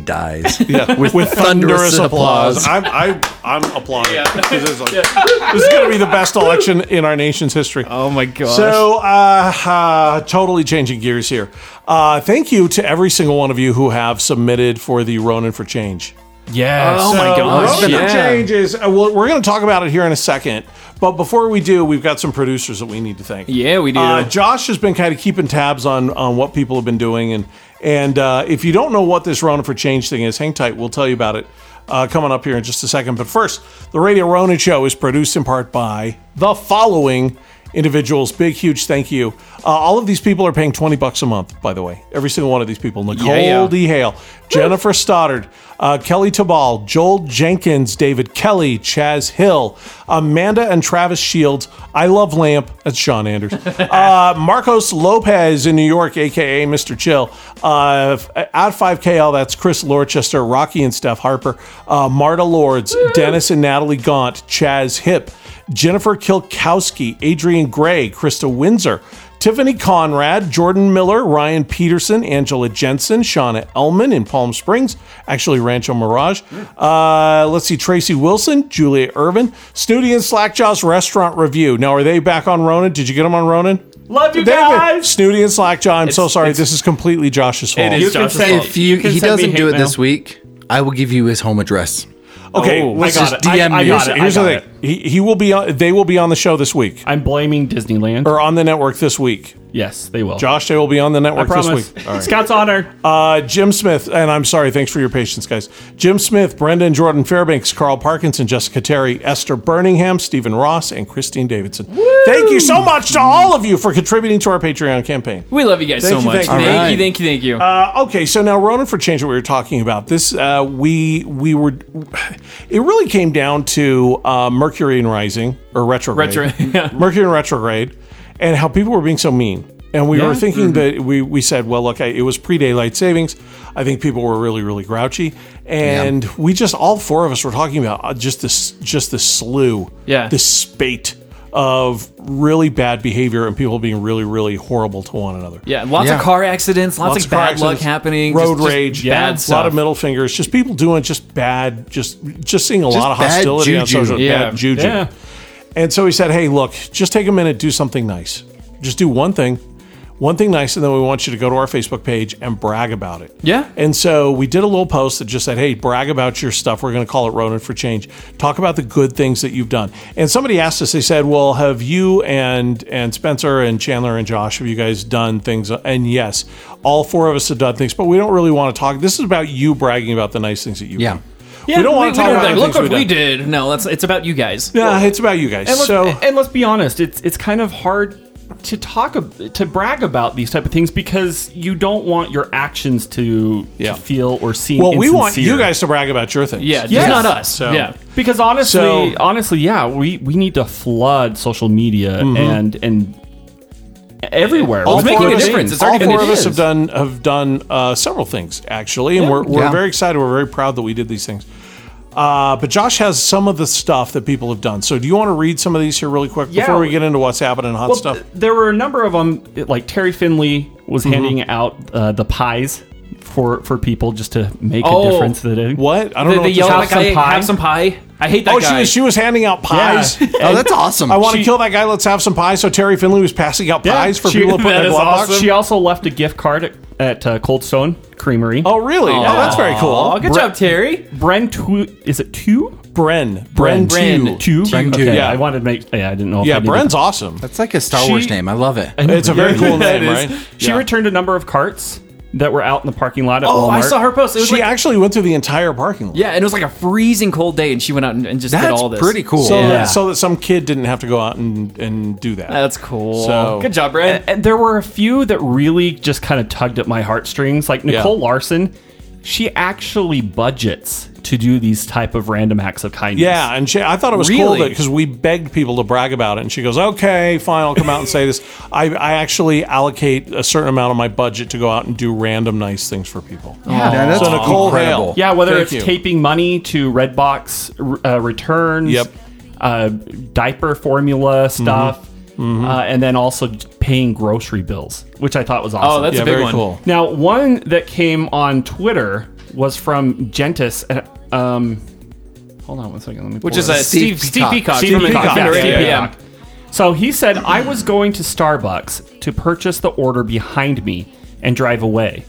dies. Yeah, with, thunderous thunderous applause. applause. I'm I, I'm applauding. This is like- this is going to be the best election in our nation's history. Oh my gosh. So, uh, uh, totally changing gears here. Uh, thank you to every single one of you who have submitted for the Ronin for Change. yes. oh my gosh. Ronin yeah. for Change is, uh, well, we're going to talk about it here in a second. But before we do, we've got some producers that we need to thank. Yeah, we do. Uh, Josh has been kind of keeping tabs on on what people have been doing, and and uh, if you don't know what this Ronin for Change thing is, hang tight. We'll tell you about it uh, coming up here in just a second. But first, the Radio Ronin Show is produced in part by the following individuals. Big, huge thank you. Uh, all of these people are paying twenty bucks a month, by the way. Every single one of these people: Nicole Yeah, yeah. D. Hale, Jennifer Stoddard, uh, Kelly Tabal, Joel Jenkins, David Kelly, Chaz Hill, Amanda and Travis Shields. I love Lamp. That's Sean Anders. Uh, Marcos Lopez in New York, aka Mr. Chill. Uh, at 5KL, that's Chris Lorchester, Rocky and Steph Harper, uh, Marta Lords, Dennis and Natalie Gaunt, Chaz Hip, Jennifer Kilkowski, Adrian Gray, Krista Windsor. Tiffany Conrad, Jordan Miller, Ryan Peterson, Angela Jensen, Shauna Ellman in Palm Springs, actually Rancho Mirage. Uh, let's see, Tracy Wilson, Julia Irvin, Snooty and Slackjaw's Restaurant Review. Now, are they back on Ronan? Did you get them on Ronan? Love you David, guys. Snooty and Slackjaw, I'm so It's- sorry. it's- This is completely Josh's fault. is. You can Josh's send- fault. if you, can he send me doesn't do hate it this mail. week, I will give you his home address. Okay, Oh, let's I got just it. I- DM I, you. got it. I Here's the got thing. it. He, he will be on, they will be on the show this week I'm blaming Disneyland. or on the network this week. yes, they will. Josh, they will be on the I network this promise. week. All right. Scott's honor. Uh, Jim Smith, and I'm sorry, thanks for your patience, guys. Jim Smith, Brendan Jordan Fairbanks, Carl Parkinson, Jessica Terry, Esther Birmingham, Stephen Ross, and Christine Davidson. Thank you so much to all of you for contributing to our Patreon campaign. We love you guys Thank so you, much. thank you. thank Alright. you, thank you, thank you. Uh, okay, so now Ronan for change, what we were talking about this, uh, we we were, it really came down to uh, Mercury and Rising or retrograde, Retro- yeah. Mercury and retrograde, and how people were being so mean. And we were thinking Mm-hmm. that we, we said, well, look, I, it was pre daylight savings. I think people were really, really grouchy, and we just all four of us were talking about uh, just this just this slew, Yeah. this spate of really bad behavior and people being really, really horrible to one another. yeah, lots yeah. of car accidents, lots, of car bad luck accidents, happening, just- road just rage, bad a lot stuff. of middle fingers, just people doing just bad, just just seeing a lot of bad hostility on juju. social, Yeah. bad juju. Yeah. And so he said, "Hey, look, just take a minute, do something nice, just do one thing." one thing nice, and then we want you to go to our Facebook page and brag about it. Yeah. And so we did a little post that just said, hey, brag about your stuff. We're going to call it Ronin for Change. Talk about the good things that you've done. And somebody asked us, they said, well, have you and and Spencer and Chandler and Josh, have you guys done things? And yes, all four of us have done things, but we don't really want to talk. This is about you bragging about the nice things that you've Yeah. done. we don't want to talk don't about like, the look things what we've we done. did. No, that's it's about you guys. Yeah, it's about you guys. And let's, so and let's be honest, it's it's kind of hard to talk ab- to brag about these type of things because you don't want your actions to, to Yeah. feel or seem. well, we want insincere. you guys to brag about your things. Yeah, just Yes. not us. So- Yeah. because honestly, So- honestly, yeah, we we need to flood social media and and everywhere. Mm-hmm. All Let's make four making of it a us- difference. It's all already- four and of it us have is. done have done uh, several things actually, and we're we're Yeah. very excited. We're very proud that we did these things. Uh, but Josh has some of the stuff that people have done. So do you want to read some of these here really quick Yeah. before we get into what's happening and hot stuff? Mm-hmm. th- There were a number of them. Like Terry Finley was handing out uh, the pies for for people just to make Oh. a difference. That it, What I don't The, know. the What yellow have like, some hey, pie? have some pie. I hate that oh, she guy. was she was handing out pies. Oh, that's awesome. I want to She- kill that guy. Let's have some pies. So Terry Finley was passing out pies for she- people to put in that their is glove awesome. box. She also left a gift card at, at uh, Cold Stone Creamery. Oh, really? Oh, that's very Aw, cool. good job, Terry. Bren, Tu- is it two? Bren, Bren, Bren. Two. Tu. Bren Tu. Okay, Yeah. I wanted to make. Yeah, I didn't know. if I Yeah, did it. Bren's awesome. That's like a Star She- Wars name. I love it. It's a very Yeah, cool that name, is. right? She Yeah. returned a number of carts that were out in the parking lot at Oh, Walmart. I saw her post. It was She like, actually went through the entire parking lot. yeah, and it was like a freezing cold day, and she went out and, and just did That's all this. pretty cool. So, Yeah. that, so that some kid didn't have to go out and, and do that. That's cool. So- good job, Brad. And there were a few that really just kind of tugged at my heartstrings. Like Nicole Larson, she actually budgets to do these type of random acts of kindness. yeah, and she, I thought it was cool Really? that because we begged people to brag about it, and she goes, "Okay, fine, I'll come out and say this. I, I actually allocate a certain amount of my budget to go out and do random nice things for people." Yeah, that's So Nicole Hale, Yeah, whether Thank it's you. taping money to Redbox uh, returns, Yep. uh, diaper formula stuff, Mm-hmm. Uh, and then also paying grocery bills, which I thought was awesome. Oh, that's yeah, a big very one. cool. Now, one that came on Twitter was from Gentis. and, Um, hold on one second. Let me Which pull is it a up. Steve Steve Steve Peacock. Peacock. Steve from Peacock. Fender Yeah, yeah, APM. yeah. So he said, I was going to Starbucks to purchase the order behind me and drive away.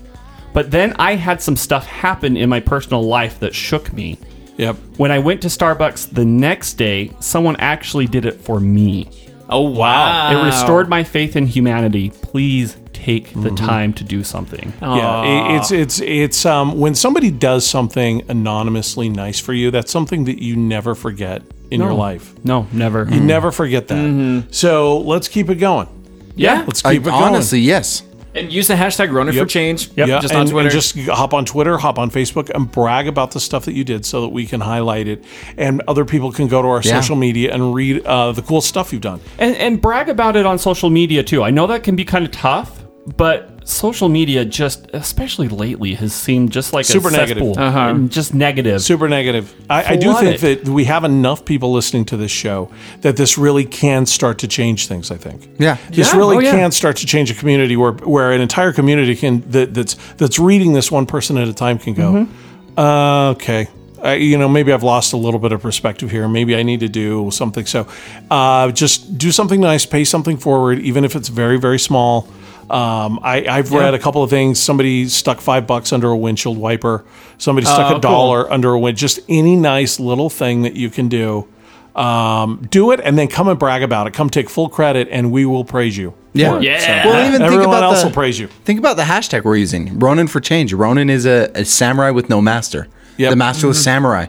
But then I had some stuff happen in my personal life that shook me. Yep. When I went to Starbucks the next day, someone actually did it for me. Oh wow! It restored my faith in humanity. Please take the time to do something. Yeah, i- it's it's it's um when somebody does something anonymously nice for you, that's something that you never forget in your life. No, never. You never forget that. Mm-hmm. So let's keep it going. Yeah. Let's I- keep it going. honestly, yes. And use the hashtag Ronin Yep. for change. Yep. Yeah, Just and, on and Twitter. just hop on Twitter, hop on Facebook, and brag about the stuff that you did so that we can highlight it, and other people can go to our Yeah. social media and read uh, the cool stuff you've done. and, and brag about it on social media too. I know that can be kind of tough, but social media just, especially lately, has seemed just like Super a negative. Uh-huh. cesspool. And just negative. Super negative. I, I do Flood think it. that we have enough people listening to this show that this really can start to change things. I think. Yeah. This Yeah. really Oh, yeah. can start to change a community where where an entire community can that, that's that's reading this one person at a time can go. Uh, okay. I, you know, maybe I've lost a little bit of perspective here. Maybe I need to do something. So, uh, just do something nice, pay something forward, even if it's very, very small. Um, I, I've read a couple of things. Somebody stuck five bucks under a windshield wiper. Somebody stuck a dollar under a wind. Just any nice little thing that you can do. Um, do it, and then come and brag about it. Come take full credit, and we will praise you. Yeah. for it. Yeah. So, Well, even think everyone about else the- will praise you. Think about the hashtag we're using Ronin for change. Ronin is a, a samurai with no master, Yep. Mm-hmm. the masterless samurai.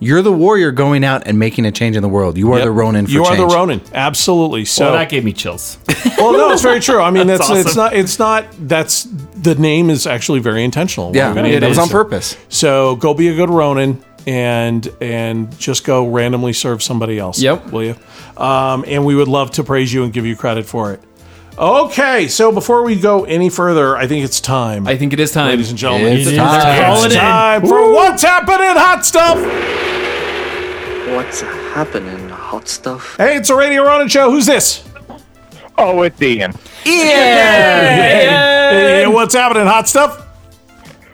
You're the warrior going out and making a change in the world. You are the Yep. Ronin for you change. are the Ronin, absolutely. So Well, Oh, that gave me chills. Well, no, it's very true. I mean, that's, That's it's awesome. not it's not that's the name is actually very intentional. Yeah, Like, it was is. on purpose. So go be a good Ronin and and just go randomly serve somebody else. Yep. will you? Um, and we would love to praise you and give you credit for it. Okay, so before we go any further, I think it's time, I think it is time. ladies and gentlemen. It's it's time. time. Call it in. for what's happening, hot stuff. What's happening, hot stuff? Hey, it's a Radio Ronin show. Who's this? Oh, it's Ian. Hey, what's happening, hot stuff?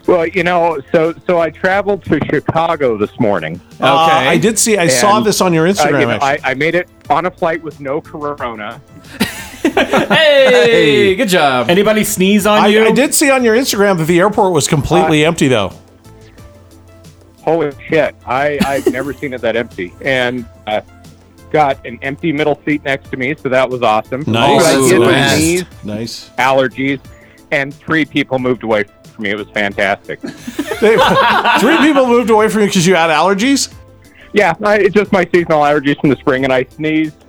Well, you know, so so I traveled to Chicago this morning. Okay, Uh, I did see. I saw And, this on your Uh, you Instagram. know, actually. I, I made it on a flight with no corona. Hey, good job. Anybody sneeze on I, you? I did see on your Instagram that the airport was completely empty, though. Holy shit! I I've never seen it that empty, and uh, got an empty middle seat next to me, so that was awesome. Nice. But I Oh, did that's the sneeze, Nice. allergies, and three people moved away from me. It was fantastic. They- three people moved away from you because you had allergies. Yeah, I, it's just my seasonal allergies from the spring, and I sneezed,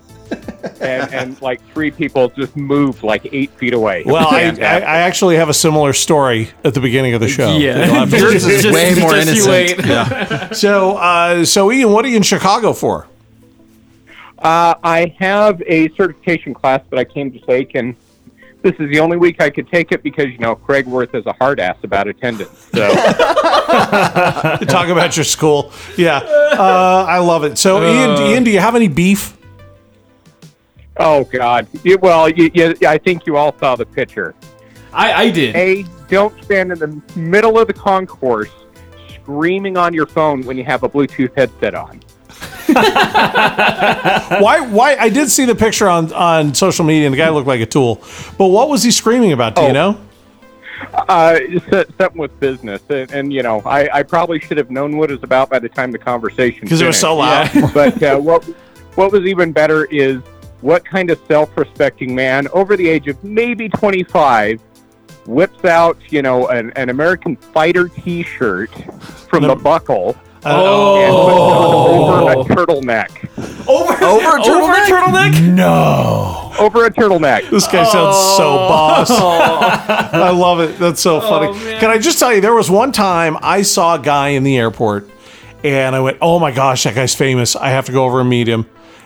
and, and like three people just moved like eight feet away. Well, I, I, And, uh, I actually have a similar story at the beginning of the show. Yeah. You'll have to- Yours is Just- way more just you innocent. wait. so, uh, so Ian, what are you in Chicago for? Uh, I have a certification class that I came to take, and this is the only week I could take it because you know Craig Worth is a hard ass about attendance. So To talk about your school. Yeah, uh, I love it. So, Ian, Ian, do you have any beef? Oh God! You, well, you, you, I think you all saw the picture. I, I did. A, don't stand in the middle of the concourse screaming on your phone when you have a Bluetooth headset on. Why? Why? I did see the picture on on social media, and the guy looked like a tool. But what was he screaming about? Do you know? Uh, s- something with business, and, and you know, I, I probably should have known what it was about by the time the conversation. Because it was so finished. loud. but uh, what what was even better is what kind of self-respecting man over the age of maybe 25 whips out you know an, an american fighter t-shirt from the buckle Oh. and puts it over a turtleneck Over Over a turtleneck? over a turtleneck This guy sounds so boss. I love it. That's so funny. Can I just tell you, there was one time I saw a guy in the airport and I went, oh my gosh, that guy's famous. I have to go over and meet him.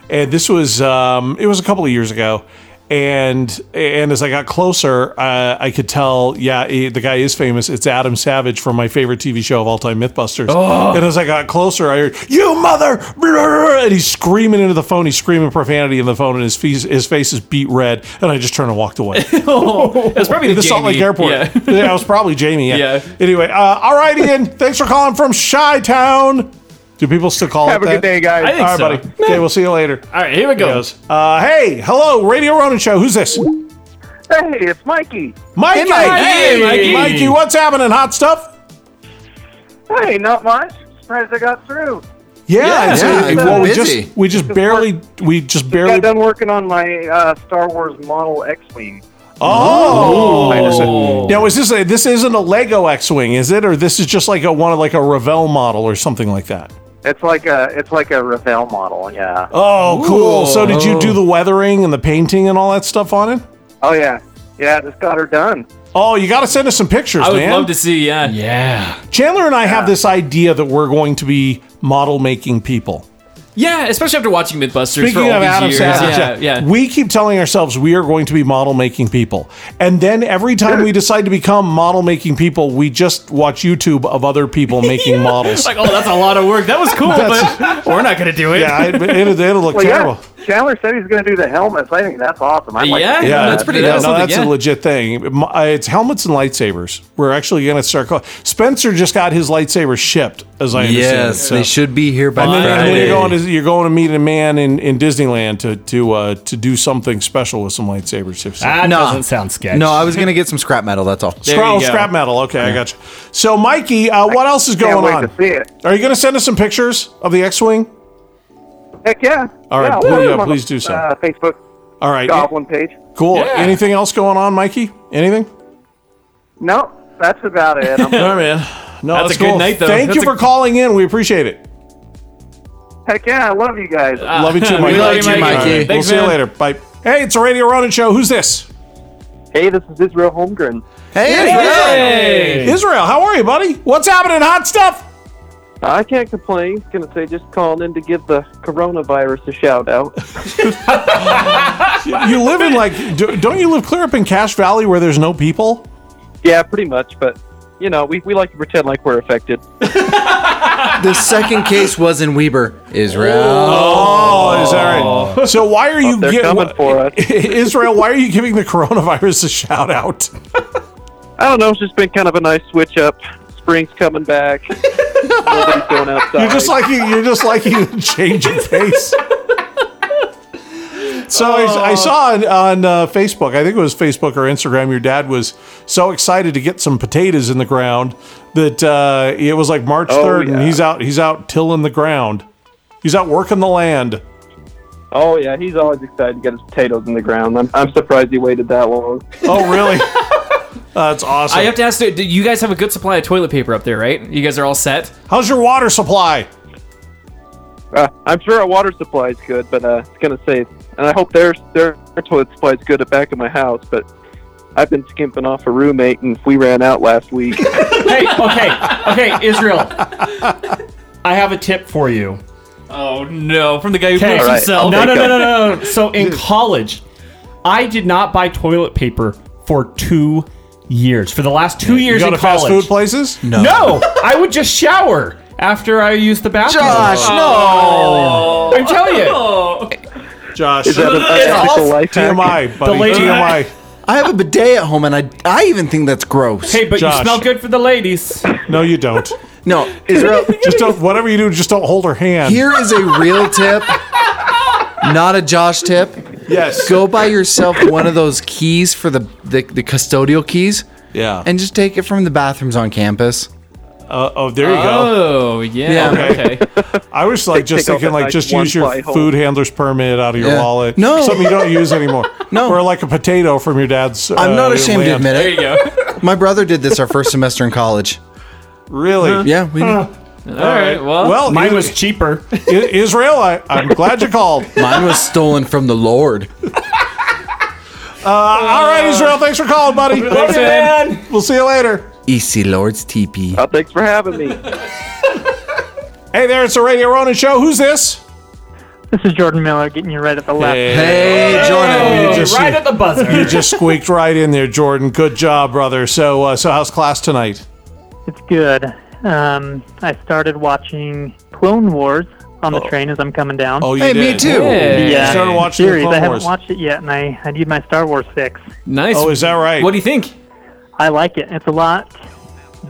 And this was, um, it was a couple of years ago. And and as I got closer, uh, I could tell, yeah, he- the guy is famous. It's Adam Savage from my favorite TV show of all time, MythBusters. And as I got closer, I heard, "You mother!" And he's screaming into the phone. He's screaming profanity in the phone, and his face, his face is beat red. And I just turned and walked away. It's probably the, the Salt Lake Jamie. Airport. Yeah. Yeah, it was probably Jamie. Yeah. Yeah. Anyway, uh, all right, Ian. Thanks for calling from Chi Town. Do people still call have it a good that? day guys I think All right, so. buddy. Okay, we'll see you later. All right, here we go. Goes. Uh, hey, hello, Radio Ronin Show. Who's this? hey it's mikey Mikey. Hey, Mikey. Mikey, what's happening? Hot stuff. hey not much surprised i got through Yeah, it's- yeah, it's well, been we busy. just we just barely we just barely. done working on my uh, star wars model x-wing Oh, I just- now is this a, this isn't a Lego X-wing, is it? Or this is just like a one of like a Revell model or something like that? it's like a it's like a Ravel model, yeah. Oh, cool. So did you do the weathering and the painting and all that stuff on it? Oh yeah, yeah. Just got her done. Oh, you got to send us some pictures, I would man. love to see, yeah. yeah. Chandler and I have this idea that we're going to be model making people. Yeah, especially after watching Mythbusters for Speaking all of these Adam years. Savage, yeah, yeah. we keep telling ourselves we are going to be model making people, and then every time we decide to become model making people, we just watch YouTube of other people making models. Like, oh, that's a lot of work. That was cool, That's- but we're not going to do it. yeah, it, it'll, it'll look terrible. Chandler said he's going to do the helmets. I think that's awesome. I like Yeah. that. Yeah, that's pretty- Yeah, that's no, something, that's yeah. a legit thing. My- uh, It's helmets and lightsabers. We're actually going to start. Call- Spencer just got his lightsaber shipped, as I understand. Yes, it, they so. should be here by And then, and then Friday. you're going to you're going to meet a man in, in Disneyland to to uh, to do something special with some lightsabers. If so. That No. doesn't sound sketchy. no, I was gonna get some scrap metal. That's all. Ah, There you Scrap, go. scrap metal. Okay, I got you. So, Mikey, uh, what else is Can't going wait on? to see it. Are you going to send us some pictures of the X-wing? Heck yeah! All right, yeah, please- we'll yeah, put 'em on please the, do so. Uh, Facebook All right, Goblin page. cool. Anything else going on, Mikey? Anything? No, that's about it. I'm- No, man. No, That's a good cool. night, though. Thank That's you a- for calling in. We appreciate it. heck yeah! I love you guys. Love you too, Mikey. love you, Mikey. All Thanks, we'll see you man. later. Bye. Hey, it's a Radio Ronin show. Who's this? hey, this is Israel Holmgren. Hey, Israel. How are you, buddy? What's happening? Hot stuff. I can't complain. Gonna say just calling in to give the coronavirus a shout out. You live in like, do, don't you live clear up in Cache Valley where there's no people? yeah, pretty much. But you know, we, we like to pretend like we're affected. The second case was in Weber, Israel. Oh, is that right? So why are you They're giving coming for us. Israel? Why are you giving the coronavirus a shout out? I don't know. It's just been kind of a nice switch up. Spring's coming back. Nobody's going outside. You're just liking you're just liking the change in pace. So I, I Oh. saw on, on uh, Facebook, I think it was Facebook or Instagram, your dad was so excited to get some potatoes in the ground that uh, it was like March Oh, 3rd and yeah. he's out he's out tilling the ground. He's out working the land. Oh yeah, he's always excited to get his potatoes in the ground. I'm, I'm surprised he waited that long. Oh, really? Uh, That's awesome. I have to ask, do you guys have a good supply of toilet paper up there, right? You guys are all set? How's your water supply? Uh, I'm sure our water supply is good, but uh, it's gonna save. And I hope their their toilet supply is good at back of my house. But I've been skimping off a roommate, and we ran out last week. hey, okay, okay, Israel. I have a tip for you. Oh, no. From the guy who Okay. poops All right. himself. No, Okay, no, no, no, go. no, no. So in college, I did not buy toilet paper for two years. For the last two years You go in to college, fast food places? No. no, I would just shower after I used the bathroom. Josh, no! I'm telling you, Josh. Is that an awesome. unethical life hack? TMI, buddy. lady- TMI. I have a bidet at home, and I I even think that's gross. hey, but Josh. you smell good for the ladies. No, you don't. no, Israel. Just don't. Whatever you do, just don't hold her hand. Here is a real tip, not a Josh tip. yes. Go buy yourself one of those keys for the the, the custodial keys, Yeah. and just take it from the bathrooms on campus. Uh, oh, there you go. Oh, yeah. Yeah. Okay. I was like just take off thinking that like nice just use your one-ply hole. food handler's permit out of your Yeah. wallet. No. something you don't use anymore. No. or like a potato from your dad's. I'm uh, not ashamed to land. admit There it. you go. My brother did this our first semester in college. Really? Yeah, we All right. Well, Well, Mine was cheaper. I- Israel. I, I'm glad you called. mine was stolen from the Lord. All right, Israel. Thanks for calling, buddy. Thanks, man. We'll see you later. EC Lord's TP. Uh, thanks for having me. Hey there, it's the Radio Ronan show. Who's this? This is Jordan Miller getting you right at the left. Hey, Jordan. You just, right at the you buzzer. just squeaked right in there, Jordan. Good job, brother. So, uh, so how's class tonight? It's good. Um, I started watching Clone Wars on the train as I'm coming down. Oh, you Hey, did. me too. You Yeah. started watching the series. I Clone haven't Wars. watched it yet, and I, I need my Star Wars fix. Nice. Oh, is that right? What do you think? I like it. It's a lot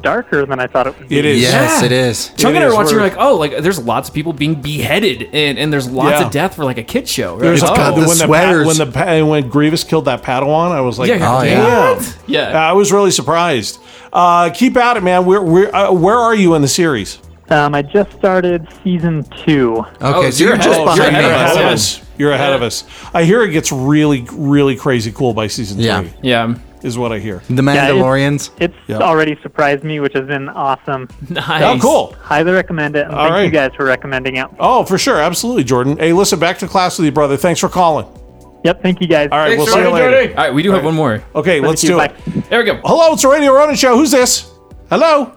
darker than I thought it would be. it is. Yes, Yeah. it is. Chunk and I is were watching, we where- are like, oh, like there's lots of people being beheaded, and, and there's lots Yeah. of death for like a kid show. Right? There's oh, a got the when sweaters. The, pa- when the pa- when Grievous killed that Padawan, I was like, yeah, you're Oh, like, yeah. what? yeah. I was really surprised. Uh, keep at it, man. Where where uh, where are you in the series? Um, I just started season two. Okay, Oh, so you're you're just ahead. behind You're me. ahead. Ahead of Yeah. us. You're ahead of us. I hear it gets really really crazy cool by season Yeah. three. yeah. Is what I hear. The Mandalorians. It's Yeah. already surprised me, which has been awesome. Nice. Oh, cool. Highly recommend it. And All thank right. you guys for recommending it. Oh, for sure, absolutely, Jordan. Hey, listen, back to class with you, brother. Thanks for calling. All Yep, thank you guys. right, we'll see you Jordan. later. Jordan. All right, we do have one more. Okay, let's you. do it. Bye. There we go. Hello, it's the Radio Ronin show. Who's this? Hello.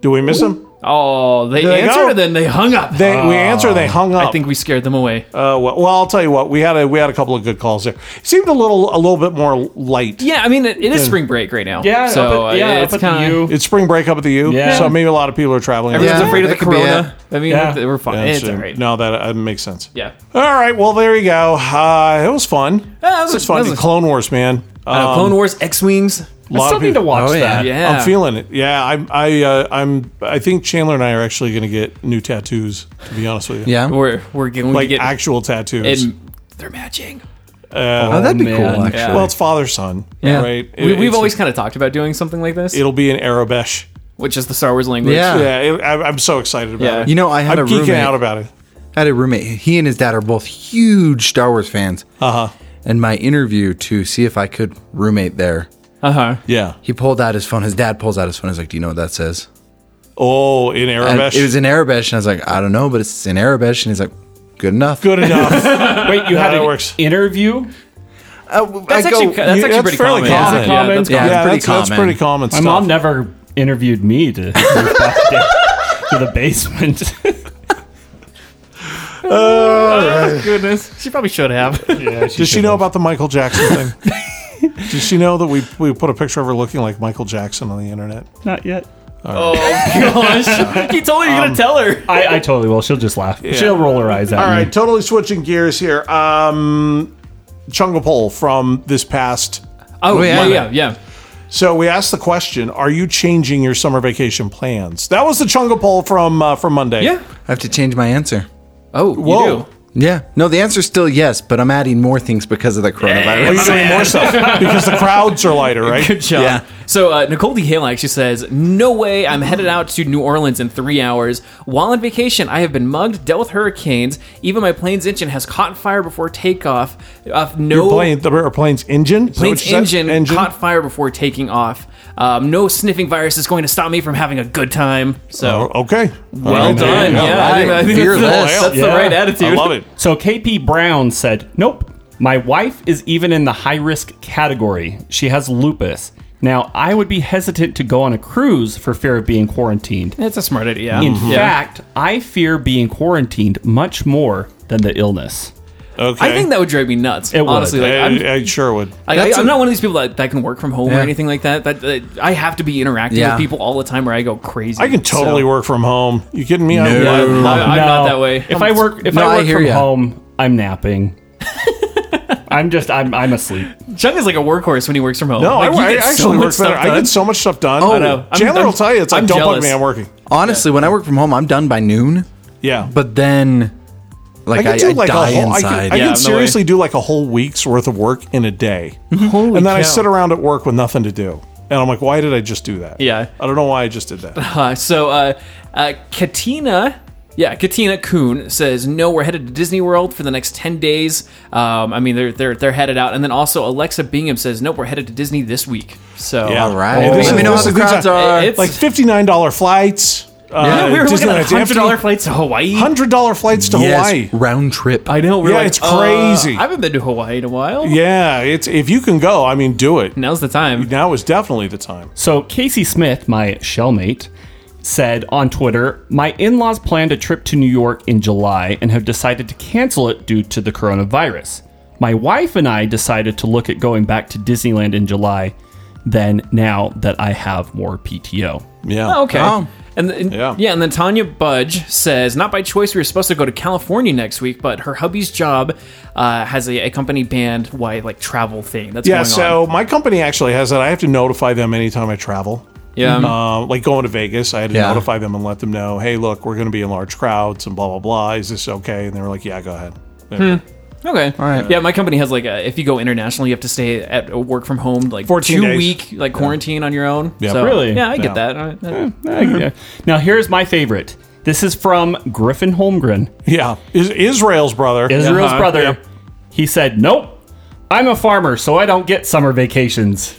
Do we miss him? Oh, they There they answered go. and then they hung up. They, we answer. They hung up. Oh, I think we scared them away. Uh, well, well, I'll tell you what. We had a we had a couple of good calls there. Seemed a little a little bit more light. yeah, I mean, it, it is spring break right now. Yeah, so up at, uh, yeah, up it's at the kind of. U. It's spring break up at the U, Yeah. so maybe a lot of people are traveling. Everyone's Yeah, afraid of the that could be corona. I mean, Yeah. we're fine. Yeah, it's so- all right. No, that uh, makes sense. Yeah. All right. Well, there you go. Uh, it was fun. that it was a- was fun. that was a- Clone Wars, man. Uh, Um, Clone Wars, X Wings. a lot Still of need to people- watch Oh, yeah. that. Yeah. I'm feeling it. Yeah, I'm. I. Uh, I'm. I think Chandler and I are actually going to get new tattoos. To be honest with you. Yeah. We're, we're going Like to get. actual tattoos. and they're matching. Oh, that'd be man. cool, actually. Yeah. well, it's father son. Yeah. Right. uh, we, It- we've it's- always kind of talked about doing something like this, It'll be an Arabesh. which is the Star Wars language. Yeah. Yeah. It, I, I'm so excited about Yeah. it. You know, I had I'm a geeking roommate. out about it. I had a roommate. He and his dad are both huge Star Wars fans. Uh huh. And my interview to see if I could roommate there, Uh huh. Yeah. he pulled out his phone. His dad pulls out his phone. He's like, "Do you know what that says?" Oh, in And Arabesh. it was in Arabic, and I was like, "I don't know, but it's in Arabic." And he's like, "Good enough." good enough. Wait, you had that an works. interview? Uh, That's I go- actually that's you- actually that's pretty fairly common. common. Yeah, Common. that's Yeah. common. yeah, pretty that's, that's common. pretty common. My stuff. mom never interviewed me to back down to the basement. Goodness, she probably should have. Does she know about the Michael Jackson thing? Did she know that we we put a picture of her looking like Michael Jackson on the internet? Not yet. you told her Um, you're gonna tell her. I, I totally will. She'll just laugh. She'll roll her eyes at All me. right, totally switching gears here. Um, Chungapole from this past. Oh yeah. yeah, yeah, yeah. So we asked the question: Are you changing your summer vacation plans? That was the Chungapole from uh, from Monday. Yeah. I have to change my answer. Oh, Whoa. you do. Yeah. No, the answer's still yes, but I'm adding more things because of the Are coronavirus. you doing more stuff? Because the crowds are lighter, Good right? job. Yeah. So uh, Nicole D. Hale actually says, "No way! I'm headed out to New Orleans in three hours. While on vacation, I have been mugged, dealt with hurricanes. Even my plane's engine has caught fire before takeoff. Uh, no Your plane, the our plane's engine. Is that what plane's you said? engine, caught fire before taking off. Um, no sniffing virus is going to stop me from having a good time. So Oh, okay. well All right. done. All Yeah, I think- I right. think that's, the, Fearless. that's the Yeah. right attitude. I love it. So KP Brown said, Nope, my wife is even in the high risk category. She has lupus. Now, I would be hesitant to go on a cruise for fear of being quarantined. It's a smart idea. Mm-hmm. In Yeah. fact, I fear being quarantined much more than the illness. Okay. I think that would drive me nuts. It would. honestly, like, I'm, I, I sure would. Like, I, That's I'm a- not one of these people that, that can work from home or Yeah. anything like that. That, that- I have to be interacting Yeah. with people all the time, or I go crazy. I can totally So- work from home. You kidding me? I, No. I I'm, love I'm not No. that way. If I work, if No, I I work hear from ya. home, I'm napping. I'm just, I'm, I'm asleep. Chung is like a workhorse when he works from home. No, like, you I, I get so actually much work better. stuff I done. get so much stuff done. Oh, I I know. know. I'm- Chandler I'm- will tell you, it's like, I'm don't bug jealous. me, I'm working. Honestly, when I work from home, I'm done by noon, Yeah. but then like I, I, die I inside. can, I Yeah, can no seriously do like a whole week's worth of work in a day. Holy and then I cow. sit around at work with nothing to do. And I'm like, why did I just do that? Yeah. I don't know why I just did that. Uh, so, uh, uh, Katina, yeah, Katina Kuhn says, "No, we're headed to Disney World for the next ten days. Um, I mean, they're they're they're headed out." And then also Alexa Bingham says, "Nope, we're headed to Disney this week." So, uh, Yeah. All right. And Oh, this Let is- me know this how the is- these crowds are. it's Like like $59 flights. Uh, yeah, we were looking at Disneyland's hundred dollar empty. flights to Hawaii. $100 flights to Hawaii. Yes, round trip. I know. We're Yeah, like, it's uh, crazy. I haven't been to Hawaii in a while. Yeah, it's if you can go, I mean, do it. Now's the time. Now is definitely the time. So Casey Smith, my shellmate, said on Twitter, "My in-laws planned a trip to New York in July and have decided to cancel it due to the coronavirus. My wife and I decided to look at going back to Disneyland in July then now that I have more PTO." Yeah. Oh, okay. Oh. And, and- Yeah. yeah. and then Tanya Budge says, not by choice, we were supposed to go to California next week, but her hubby's job uh, has a, a company banned why like travel thing that's Yeah, going so on. my company actually has that. I have to notify them anytime I travel. Yeah, Uh, like going to Vegas, I had to Yeah. notify them and let them know, hey, look, we're going to be in large crowds and blah, blah, blah. Is this okay? And they were like, yeah, go ahead. okay, right. yeah. My company has like a, if you go international, you have to stay at uh, work from home like 14 two days. week like quarantine on your own. Yeah. So, Really? Yeah, I Yeah. get that. All right. That- Yeah. Now here's my favorite. This is from Griffin Holmgren, Yeah. Is- Israel's brother. Israel's Uh-huh. brother. Yeah. He said, "Nope, I'm a farmer, so I don't get summer vacations."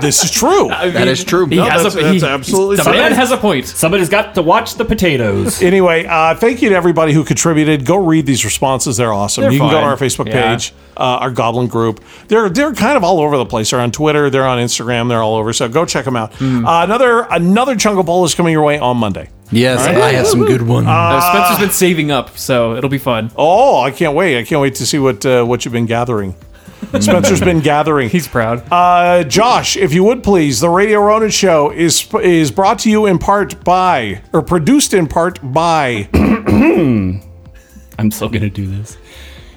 This is true. that is true. He has that's- a, that's he- absolutely the something. man has a point. Somebody's got to watch the potatoes. anyway, uh, thank you to everybody who contributed. Go read these responses; they're awesome. They're you can go to fine. our Facebook Yeah. page, uh, our Goblin group. They're they're kind of all over the place. They're on Twitter, they're on Instagram, they're all over. So go check them out. Uh, another another chunk of bowl is coming your way on Monday. Yes, I have some good ones. Uh, Spencer's been saving up, so it'll be fun. Oh, I can't wait! I can't wait to see what uh, what you've been gathering. Spencer's been gathering. He's proud. Uh, Josh, if you would please, the Radio Ronin show is is brought to you in part by or produced in part by I'm still gonna do this.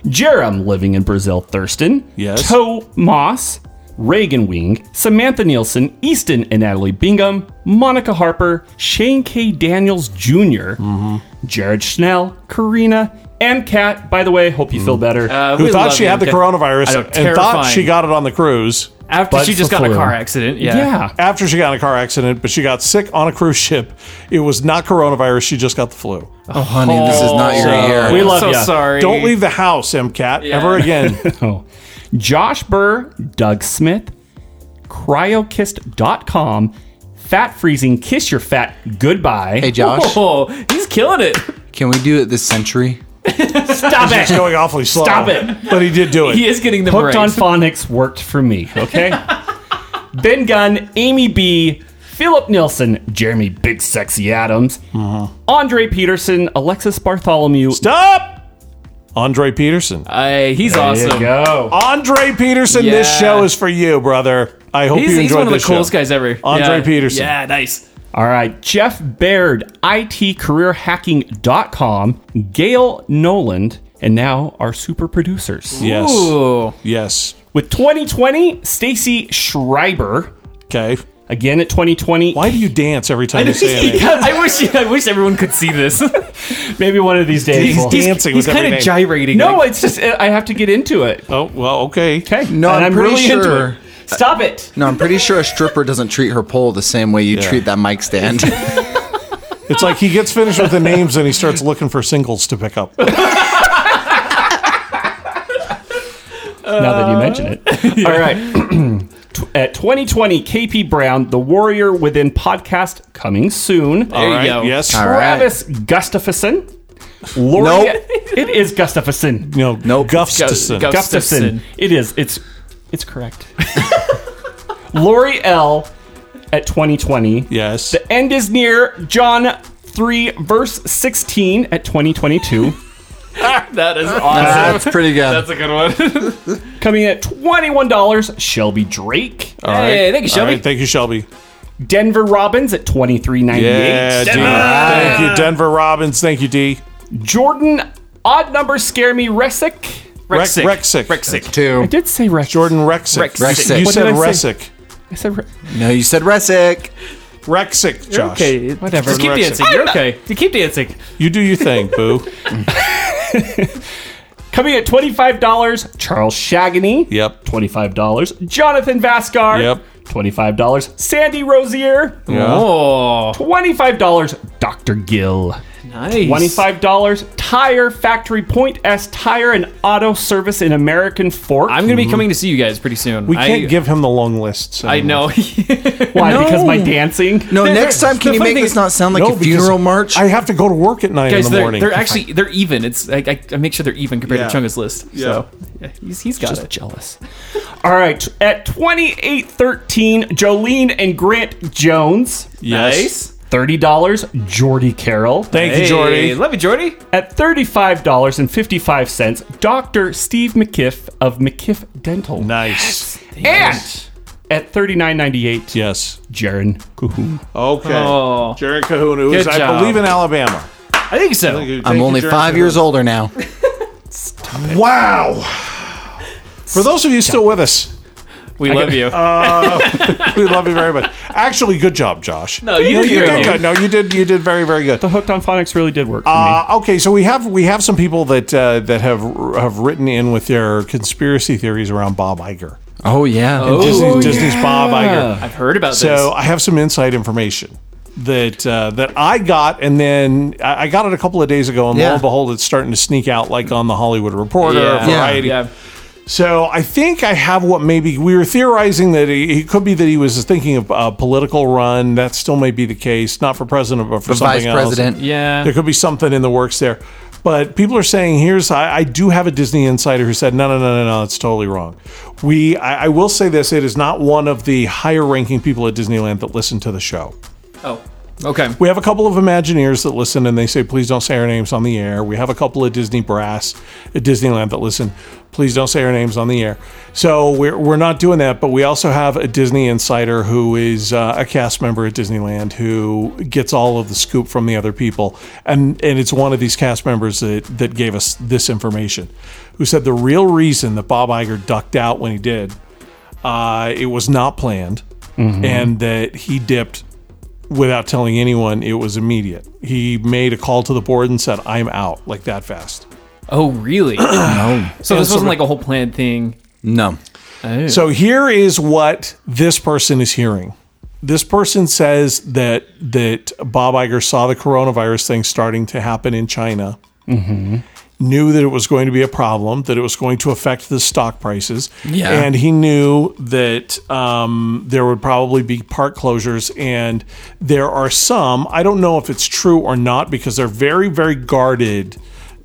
Jerem living in Brazil, Thurston. Yes. Toe Moss, Reagan Wing, Samantha Nielsen, Easton and Natalie Bingham, Monica Harper, Shane K. Daniels junior Mm-hmm. Jared Schnell, Karina, and Kat. By the way, hope you feel better. Uh, who we thought love she you, had the okay? I know, coronavirus and thought terrifying. she got it on the cruise. after But she it's just the got in a flu. car accident. Yeah. yeah. after she got in a car accident, but she got sick on a cruise ship. It was not coronavirus. She just got the flu. oh, honey, this is not your Oh. year. We love so ya. sorry. Don't leave the house, MCAT, ever again. Oh. Josh Burr, Doug Smith, cryokist.com, fat freezing, kiss your fat goodbye. Hey, Josh, Oh, he's killing it. can we do it this century? Stop It's it. going awfully slow. Stop it. But he did do it. He is getting them Hooked right. on phonics worked for me, okay? ben Gunn, Amy B, Philip Nilsson, Jeremy Big Sexy Adams, Andre Peterson, Alexis Bartholomew. Stop! Andre Peterson. Hey, he's There awesome. you go. Andre Peterson, this Yeah. show is for you, brother. I hope He's, you he's enjoyed one of the this coolest show. guys ever. Andre Yeah. Peterson. Yeah, nice. All right, Jeff Baird, ITCareerHacking.com, Gail Noland, and now our super producers. Yes. Ooh. Yes. With 2020, Stacy Schreiber, Okay. again at 2020. Why do you dance every time you say it? Because I wish I wish everyone could see this. Maybe one of these days. we'll- he's- dancing He's with every kind of name. gyrating. no, like- it's just I have to get into it. Oh, well, okay. Okay. No, And I'm pretty sure- it. Stop it. No, I'm pretty sure a stripper doesn't treat her pole the same way you treat that mic stand. It's like he gets finished with the names and he starts looking for singles to pick up. now that you mention it. All right. Tw- At 2020, KP Brown, The Warrior Within podcast, coming soon. All you right, go. Yes. All right. Travis Gustafson. Laureate. It is Gustafson. No, Nope. Gustafson. Gu- Gu- Gustafson. Gustafson. It is. It's it's correct. Lori L at 2020. yes. The end is near. John 3 verse 16 at 2022. that is awesome. That's pretty good. That's a good one. Coming in at $21, Shelby Drake. All right. Hey, thank you, All Shelby. right, thank you, Shelby. Denver Robbins at 23.98. Yeah, D. Thank you, Denver Robbins. Thank you, D. Jordan, odd number scare me, Resic. Rec- Rexic. Rexic. Rexic. I Two. did say Resic. Jordan Rexic. Rexic. Rexic. You What said did I say? Rexic. I said Re- No, you said Resic. Rexic, Josh. Okay, whatever. Just keep Rexic. dancing. You're okay. You keep dancing. You do your thing, boo. Coming at $25, Charles Shagany. Yep. $25. Jonathan Vascar. Yep. $25. Sandy Rosier. Yeah. Oh, $25. Dr. Gill. nice. $25. Tire Factory Point S Tire and Auto Service in American Fork. I'm gonna be coming to see you guys pretty soon. We can't I, give him the long list. so- I know. Why? Because my dancing? No, next time, can the you funny make thing this is- not sound like No, a because funeral march? I have to go to work at nine Guys, in the they're, morning. they're actually they're even. It's I, I, I make sure they're even compared to Yeah. Chunga's list. So yeah, he's, he's got it. jealous. All right, at 2813, Jolene and Grant Jones. Yes. $30, Jordy Carroll. Thank you, Hey, Jordy. love you, Jordy. At $35.55, Dr. Steve McKiff of McKiff Dental. Nice. And at $39.98, Yes. Jaron Cahoon. Okay. Oh. Jared Cahoon, who is, Good I job. believe, in Alabama. I think so. I'm only five years older now. Wow. For those of you still with us, We love you. we love you very much. Actually, good job, Josh. No, you did did good. good. No, Oh, you did. You did very, very good. The Hooked on Phonics really did work for me. Uh, okay, so we have we have some people that uh, that have have written in with their conspiracy theories around Bob Iger, Oh, yeah. Disney, Disney's Bob Iger. I've heard about So I have some inside information that uh, that I got, and then I I got it a couple of days ago, and lo Yeah. and behold, it's starting to sneak out like on the Hollywood Reporter, Yeah. Yeah. Variety. this. Yeah. So I think I have what maybe we were theorizing that he, he could be that he was thinking of a political run. That still may be the case, not for president, but for something Vice else. president. Yeah. There could be something in the works there. But people are saying, here's, I, I do have a Disney insider who said, no, no, no, no, no, it's totally wrong. We, I, I will say this, it is not one of the higher ranking people at Disneyland that listen to the show. Oh. Okay. We have a couple of Imagineers that listen and they say, please don't say our names on the air. We have a couple of Disney brass at Disneyland that listen, please don't say our names on the air. So we're, we're not doing that, but we also have a Disney insider who is uh, a cast member at Disneyland who gets all of the scoop from the other people. And, and it's one of these cast members that, that gave us this information who said the real reason that Bob Iger ducked out when he did, uh, it was not planned and that he dipped without telling anyone it was immediate he made a call to the board and said i'm out like that fast Oh, really? no. So this wasn't like a whole planned thing. No. so here is what this person is hearing this person says that that bob Iger saw the coronavirus thing starting to happen in china knew that it was going to be a problem that it was going to affect the stock prices Yeah. and he knew that um, there would probably be park closures and there are some i don't know if it's true or not because they're very very guarded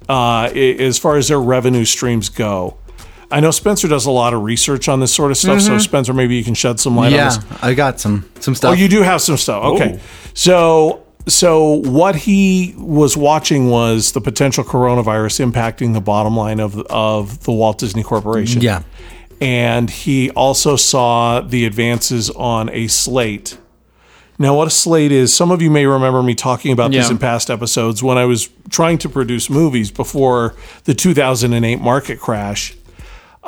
uh, a- as far as their revenue streams go i know spencer does a lot of research on this sort of stuff so spencer maybe you can shed some light on Mm-hmm. Yeah, this I got some some stuff. Oh, you do have some stuff. Okay. Ooh. So so what he was watching was the potential coronavirus impacting the bottom line of of the Walt Disney Corporation. yeah. And he also saw the advances on a slate. Now, what a slate is, some of you may remember me talking about this Yeah. in past episodes when I was trying to produce movies before the 2008 market crash.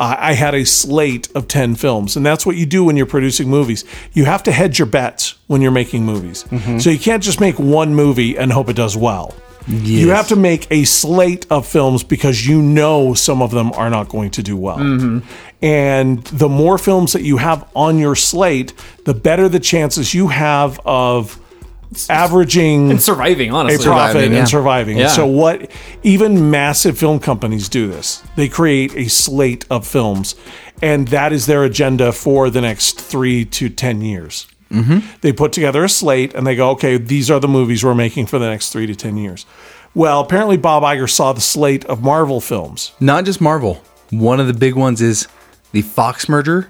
uh, I had a slate of 10 films. And that's what you do when you're producing movies. You have to hedge your bets when you're making movies. So you can't just make one movie and hope it does well. You have to make a slate of films because you know some of them are not going to do well. And the more films that you have on your slate, the better the chances you have of averaging And surviving, honestly. a profit Surviving, yeah. and surviving. And Yeah. so what even massive film companies do this. They create a slate of films and that is their agenda for the next 3 to 10 years. Mm-hmm. They put together a slate and they go, "Okay, these are the movies we're making for the next 3 to 10 years." Well, apparently Bob Iger saw the slate of Marvel films. Not just Marvel. One of the big ones is the Fox merger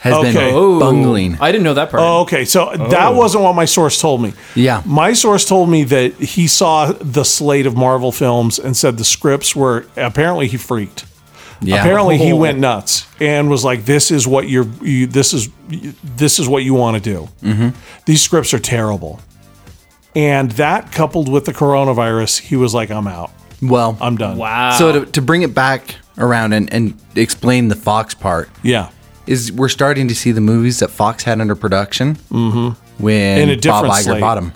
has Okay. been bungling. I didn't know that part. Okay, so that wasn't what my source told me. Yeah. My source told me that he saw the slate of Marvel films and said the scripts were apparently he freaked. Yeah. Apparently he went nuts and was like this is what you're you, this is this is what you want to do. Mm-hmm. These scripts are terrible. And that coupled with the coronavirus, he was like I'm out. Well, I'm done. Wow. so to, to bring it back around and, and explain the Fox part Yeah. is we're starting to see the movies that Fox had under production when Mm-hmm. In a Bob different Iger slate. bought them.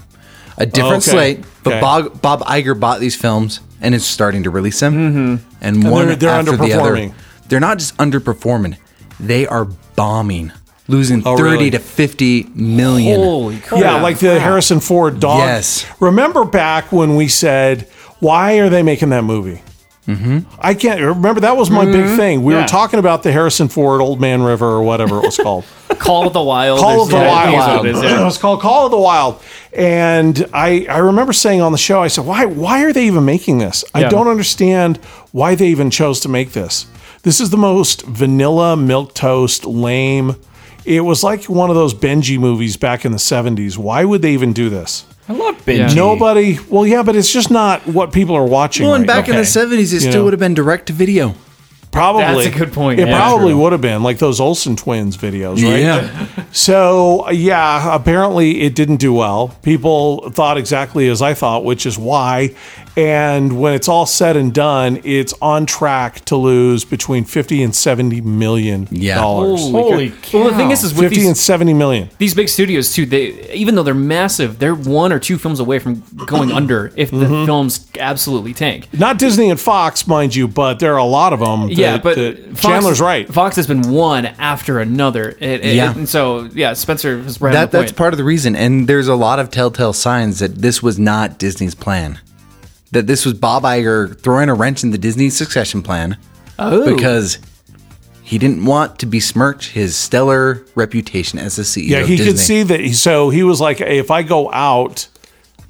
A different Okay. slate, but Okay. Bob, Bob Iger bought these films and is starting to release them. Mm-hmm. And, one they're- they're after the underperforming. other, they're not just underperforming; they are bombing, losing Oh, thirty really? to fifty million. Holy crap. Yeah, like the Harrison Ford dog. Yes. Remember back when we said, why are they making that movie? Mm-hmm. I can't remember. That was my big thing. We Yeah. were talking about the Harrison Ford Old Man River or whatever it was called. Call of the Wild. Call of the Yeah, Wild. that's what it is, It yeah. was called Call of the Wild. And I, I remember saying on the show, I said, why, why are they even making this? I Yeah. don't understand why they even chose to make this. This is the most vanilla, milk toast, lame. It was like one of those Benji movies back in the 70s. Why would they even do this? I love Benji. Yeah. Nobody, well, yeah, but it's just not what people are watching. Well, and right back in the okay. seventies, it You still know. would have been direct to video. Probably. That's a good point. It Yeah, probably would have been like those Olsen twins videos, right? Yeah. So, yeah, apparently it didn't do well. People thought exactly as I thought, which is why. And when it's all said and done, it's on track to lose between 50 and 70 million Yeah. dollars. Holy cow. Well, the thing is, is with 50 these, and 70 million. these big studios too, they even though they're massive, they're one or two films away from going under if the Mm-hmm. films absolutely tank. Not Disney and Fox, mind you, but there are a lot of them. yeah, that- but that- Fox- Chandler's right. Fox has been one after another. It- it- Yeah. and so yeah, Spencer was right. That on the that's point. part of the reason, and there's a lot of telltale signs that this was not Disney's plan. That this was Bob Iger throwing a wrench in the Disney succession plan Oh. because he didn't want to besmirch his stellar reputation as the CEO. Yeah, of he Disney. could see that. He, so he was like, "Hey, if I go out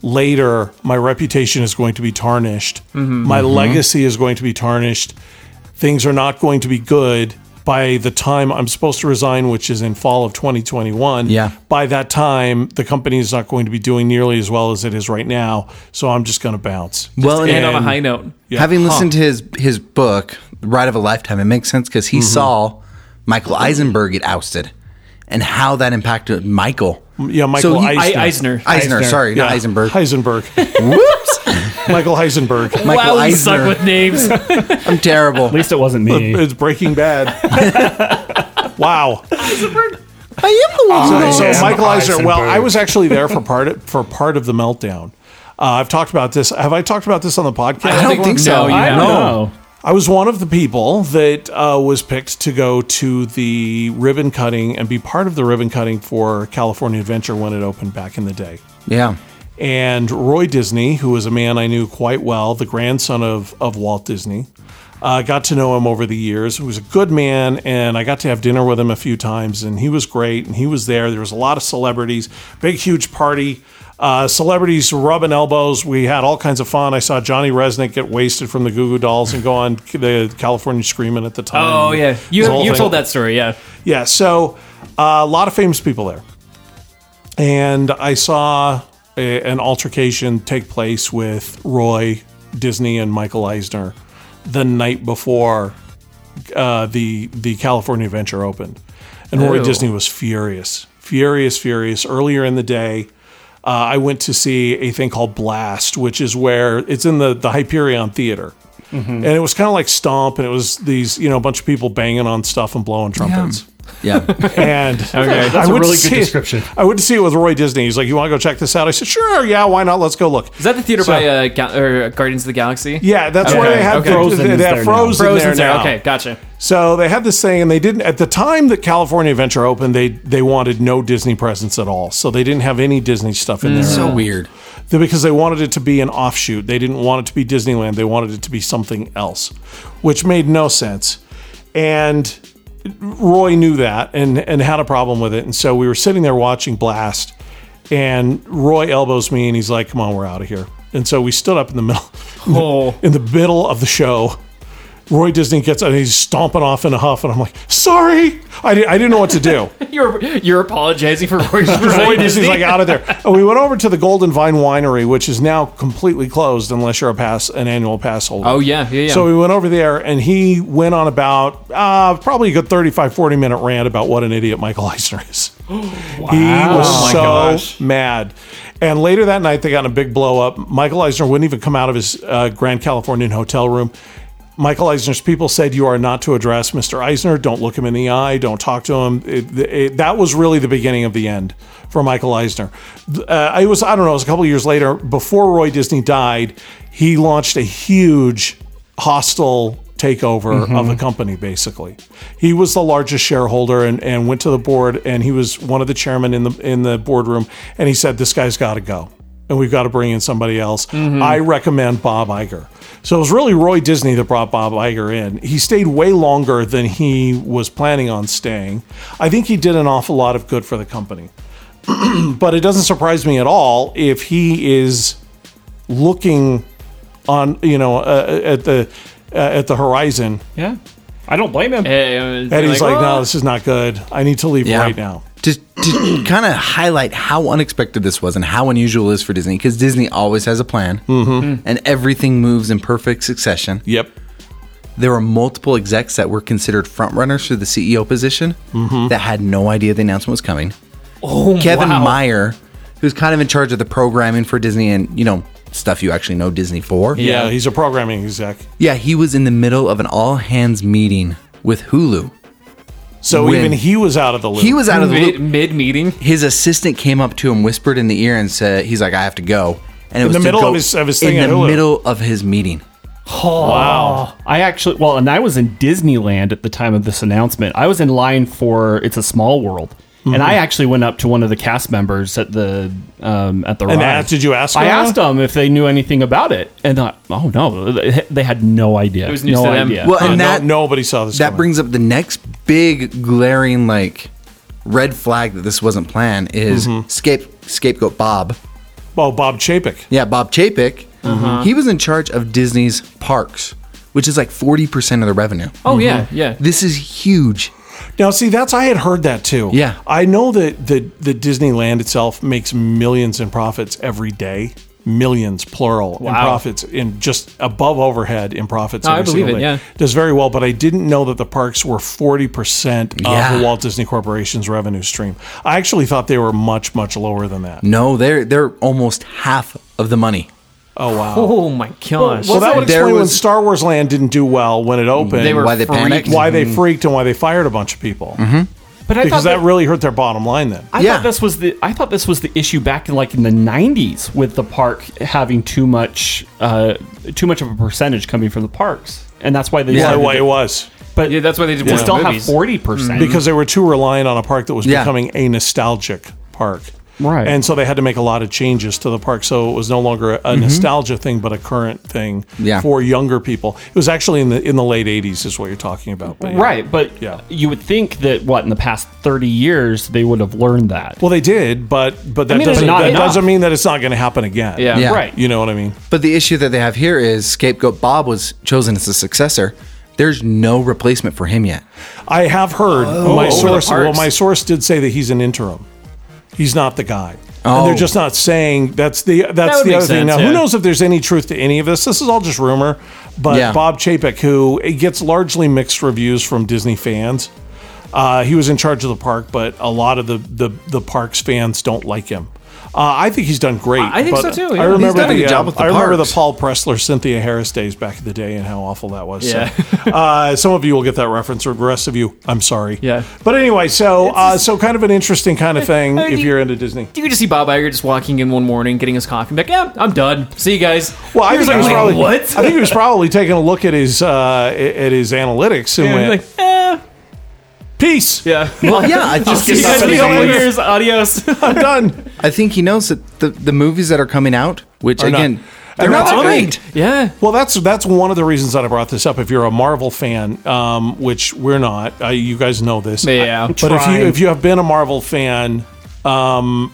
later, my reputation is going to be tarnished. Mm-hmm. My legacy is going to be tarnished. Things are not going to be good by the time I'm supposed to resign, which is in fall of 2021. Yeah. By that time, the company is not going to be doing nearly as well as it is right now. So I'm just going to bounce. Well, and, and on a high note, having listened to his his book, Ride of a Lifetime, it makes sense because Mm-hmm. he saw Michael Eisenberg get ousted, and how that impacted Michael. Yeah, Michael he- Eisner. I, Eisner. Eisner, sorry, Yeah. not Eisenberg. Heisenberg. Whoops, Michael Heisenberg. Michael wow, we Eisner. suck with names. I'm terrible. At least it wasn't me. it's Breaking Bad. wow. I am the one. So, so am Michael Eisner. Well, Eisenberg. I was actually there for part of, for part of the meltdown. Uh, I've talked about this. Have I talked about this on the podcast? I don't think so. No, you I don't No. know. I was one of the people that uh, was picked to go to the ribbon cutting and be part of the ribbon cutting for California Adventure when it opened back in the day. Yeah. And Roy Disney, who was a man I knew quite well, the grandson of, of Walt Disney, uh, got to know him over the years. He was a good man, and I got to have dinner with him a few times, and he was great, and he was there. There was a lot of celebrities, big, huge party. Uh, celebrities rubbing elbows. We had all kinds of fun. I saw Johnny Resnick get wasted from the Goo Goo Dolls and go on the California Screaming at the time. Oh yeah, The whole you you thing. told that story. Yeah, Yeah, so uh, a lot of famous people there. And I saw a, an altercation take place with Roy Disney and Michael Eisner the night before uh, the the California Adventure opened. And Roy Ew. Disney was furious, furious, furious. Earlier in the day, uh, I went to see a thing called Blast, which is where it's in the, the Hyperion Theater. and it was kind of like stomp, and it was these you know a bunch of people banging on stuff and blowing trumpets. Yeah. And that's I a went really to good see it- description. I went to see it with Roy Disney. He's like, "You want to go check this out?" I said, "Sure, yeah, why not? Let's go look." Is that the theater So- by uh, Ga- or Guardians of the Galaxy? Yeah, that's where Okay, they have okay. Frozen Frozen. is They have there now. Frozen, there Frozen's there. now. Okay, gotcha. So they had this thing, and they didn't at the time that California Adventure opened. They they wanted no Disney presence at all, so they didn't have any Disney stuff Mm. in there so weird. Th- because they wanted it to be an offshoot. They didn't want it to be Disneyland. They wanted it to be something else, which made no sense. And Roy knew that and and had a problem with it. And so we were sitting there watching Blast, and Roy elbows me and he's like, "Come on, we're out of here." And so we stood up in the middle, Oh. in the middle of the show. Roy Disney gets and he's stomping off in a huff, and I'm like, "Sorry, I, di- I didn't know what to do." You're you're apologizing for Roy Roy Disney's like out of there. And we went over to the Golden Vine Winery, which is now completely closed unless you're a pass, an annual pass holder. Oh yeah, yeah, yeah. So we went over there and he went on about uh, probably a good 35, 40 minute rant about what an idiot Michael Eisner is. He was Oh my so gosh. mad. And later that night, they got in a big blow up. Michael Eisner wouldn't even come out of his uh, Grand Californian hotel room. Michael Eisner's people said, You are not to address Mr. Eisner. Don't look him in the eye. Don't talk to him. It- it- that was really the beginning of the end for Michael Eisner. Uh, it was, I don't know, it was a couple of years later, before Roy Disney died, he launched a huge hostile takeover of the company basically he was the largest shareholder and, and went to the board and he was one of the chairmen in the in the boardroom and he said this guy's got to go and we've got to bring in somebody else i recommend bob Iger so it was really roy disney that brought bob Iger in he stayed way longer than he was planning on staying i think he did an awful lot of good for the company but it doesn't surprise me at all if he is looking on you know uh, at the uh, at the horizon Yeah. I don't blame him. Hey, uh, they're and he's like, "Ah." "Well, no this is not good i need to leave right now Just to kind of highlight how unexpected this was and how unusual it is for Disney, because Disney always has a plan Mm-hmm. Mm-hmm. and everything moves in perfect succession. yep There were multiple execs that were considered front runners for the CEO position Mm-hmm. that had no idea the announcement was coming. Oh, Kevin Meyer, who's kind of in charge of the programming for Disney and you know stuff you actually know Disney for. yeah, he's a programming exec yeah, he was in the middle of an all hands meeting with Hulu. so When- even he was out of the loop He was out of the mid loop. mid meeting. his assistant came up to him, whispered in the ear, and said, "He's like, I have to go." And it the to middle go- of his- of his thing in at the Hulu. middle of his meeting. I actually, well, and I was in Disneyland at the time of this announcement. I was in line for It's a Small World, and I actually went up to one of the cast members at the um, at the. And ride. asked- did you ask I them? asked them if they knew anything about it, and I, oh no, they they had no idea. It was news no to them. idea. Well, Yeah, and no- that nobody saw this that coming. brings up the next big glaring like red flag that this wasn't planned is Mm-hmm. scape, scapegoat Bob. oh bob chapek Yeah, Bob Chapek. Mm-hmm. He was in charge of Disney's parks, which is like forty percent of the revenue. Oh yeah, yeah. This is huge. Now, see, that's I had heard that too. Yeah. I know that the the Disneyland itself makes millions in profits every day, millions plural in profits, in just above overhead in profits. No, I every believe single it, day. yeah. does very well, but I didn't know that the parks were forty percent of Yeah. the Walt Disney Corporation's revenue stream. I actually thought they were much much lower than that. No, they're they're almost half of the money. Oh wow. Oh my gosh. Well, that would There explain when was- Star Wars Land didn't do well when it opened. They were why they freaked. panicked? why they freaked and why they fired a bunch of people but I because thought that really hurt their bottom line. Then I Yeah. thought this was the I thought this was the issue back in like in the '90s with the park having too much uh, too much of a percentage coming from the parks, and that's why they why, decided why to- it was. But Yeah, that's why they did we one of still the have movies. Mm-hmm. forty percent because they were too reliant on a park that was Yeah. becoming a nostalgic park. Right. And so they had to make a lot of changes to the park. So it was no longer a, a Mm-hmm. nostalgia thing, but a current thing Yeah. for younger people. It was actually in the in the late 80s, is what you're talking about. But yeah. right. But Yeah. you would think that what in the past thirty years they would have learned that. Well, they did, but but that, mean, it's doesn't, not that enough. doesn't mean that it's not going to happen again. Yeah. Yeah. Right. You know what I mean? But the issue that they have here is scapegoat Bob was chosen as the successor. There's no replacement for him yet. I have heard Oh. my the source. Well, parks. my source did say that he's an interim. He's not the guy. Oh. And they're just not saying that's the that's would the make other thing. sense, Now, yeah. who knows if there's any truth to any of this? This is all just rumor. But Yeah. Bob Chapek, who it gets largely mixed reviews from Disney fans, uh, he was in charge of the park, but a lot of the the, the park's fans don't like him. Uh, I think he's done great. I- I think but so, too, yeah. I He's remember done a the, good job um, with the I remember the parks. Paul Pressler, Cynthia Harris days back in the day, and how awful that was. So, Yeah. uh, some of you will get that reference, or the rest of you, I'm sorry. Yeah. But anyway, so uh, so kind of an interesting kind of thing mean, if you- you're into Disney. You could just see Bob Iger just walking in one morning, getting his coffee, and be like, "Yeah, I'm done. See you guys." Well, I He think he was like, probably "What?" I think he was probably taking a look at his uh, at his analytics and And he's went like, eh, peace. yeah. Well, yeah, I just See you guys in a Something couple like- years. Adios. I'm done. I think he knows that the, the movies that are coming out, which Are not- again, are they're not not that coming. great. yeah. Well, that's that's one of the reasons that I brought this up. If you're a Marvel fan, um, which we're not, uh, you guys know this. Yeah. but if you if you have been a Marvel fan, um,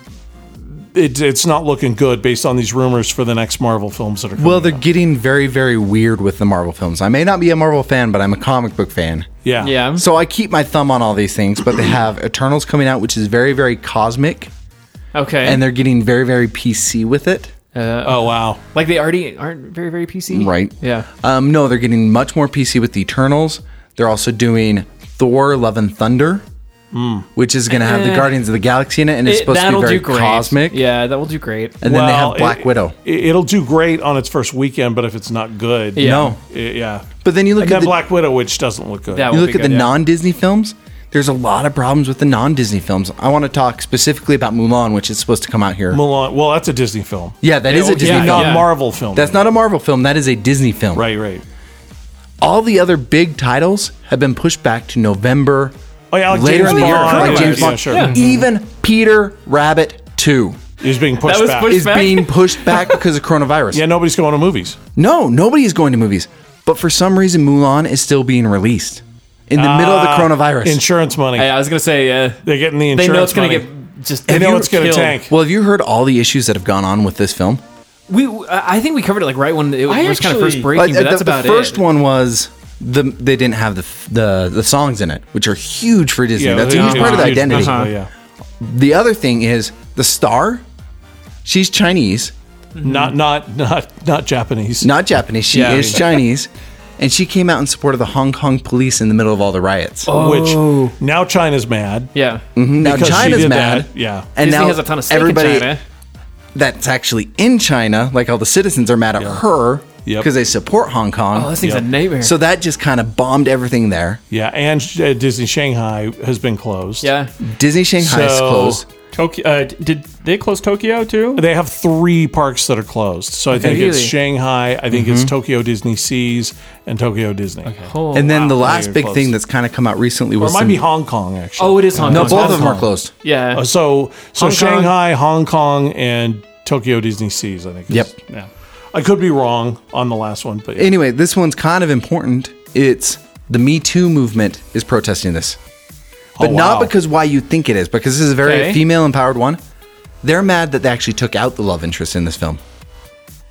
it, it's not looking good based on these rumors for the next Marvel films that are coming. Well, they're out. getting very, very weird with the Marvel films. I may not be a Marvel fan, but I'm a comic book fan. yeah Yeah. So I keep my thumb on all these things, but they have Eternals coming out, which is very, very cosmic, Okay. and they're getting very, very PC with it. Oh wow. like they already aren't very very PC. Right. Yeah. Um, no, they're getting much more PC with the Eternals. They're also doing Thor: Love and Thunder, which is going to have the Guardians of the Galaxy in it, and it's Hmm. Eh. It- supposed to be that'll very do great. cosmic. Yeah, that will do great. And then they have Black it- Widow. It, it'll do great on its first weekend, but if it's not good, Yeah. No, it- yeah. but then you look and at then the, Black Widow, which doesn't look good. That you will look be at the good, yeah. non-Disney films. There's a lot of problems with the non-Disney films. I want to talk specifically about Mulan, which is supposed to come out here. Mulan. Well, that's a Disney film. yeah, that is a Disney yeah, film. Not Marvel film. That's not a Marvel film. That is a Disney film. right. Right. All the other big titles have been pushed back to November. Oh yeah, like Later James in the year, Bond. like Yeah, Mm-hmm. James Bond. sure. Even Peter Rabbit 2 He's being pushed was back. pushed- is back? being pushed back because of coronavirus. yeah, nobody's going to movies. No, nobody is going to movies. But for some reason, Mulan is still being released in the middle Ah, of the coronavirus. Uh, Insurance money. Hey, I was gonna say, uh, They're getting the they insurance. know it's gonna money. get just. They know you- it's going to killed. tank. well, have you heard all the issues that have gone on with this film? We, I I think we covered it like right when it was kind of actually- first breaking, Uh, but the, that's the about first it. one was the they didn't have the, f- the the songs in it, which are huge for Disney. That's a they- huge part of the huge identity. musical, Uh-huh. Yeah, The other thing is the star. She's Chinese, not not not not Japanese. not Japanese. She Yeah. is Chinese, and she came out in support of the Hong Kong police in the middle of all the riots. Which now China's mad. Yeah, now Oh, because she China's did mad. that, yeah. and Disney Mm-hmm. now has a ton of stake in everybody China. that's actually in China, like all the citizens, are mad at her because Yep. they support Hong Kong. Oh, this thing's Yep. a nightmare. so that just kind of bombed everything there. Yeah, and uh, Disney Shanghai has been closed. yeah, Disney Shanghai is So- closed. Tokyo. Uh, did they close Tokyo too? They have three parks that are closed. So I think it's Really? Shanghai, I think Mm-hmm. it's Tokyo Disney Seas, and Tokyo Disney. oh, And then the you're last big close. thing that's kind of come out recently Or was it might some, be Hong Kong, actually. oh, it is Hong no, Kong. both of them are Kong. closed. Yeah, Uh, So so Hong Kong. Shanghai, Hong Kong, and Tokyo Disney Seas. I think. is- Yep. Yeah. I could be wrong on the last one, but yeah. Anyway, this one's kind of important. It's the Me Too movement is protesting this, but Oh, not wow. because why you think it is, because this is a very Okay. female empowered one. They're mad that they actually took out the love interest in this film.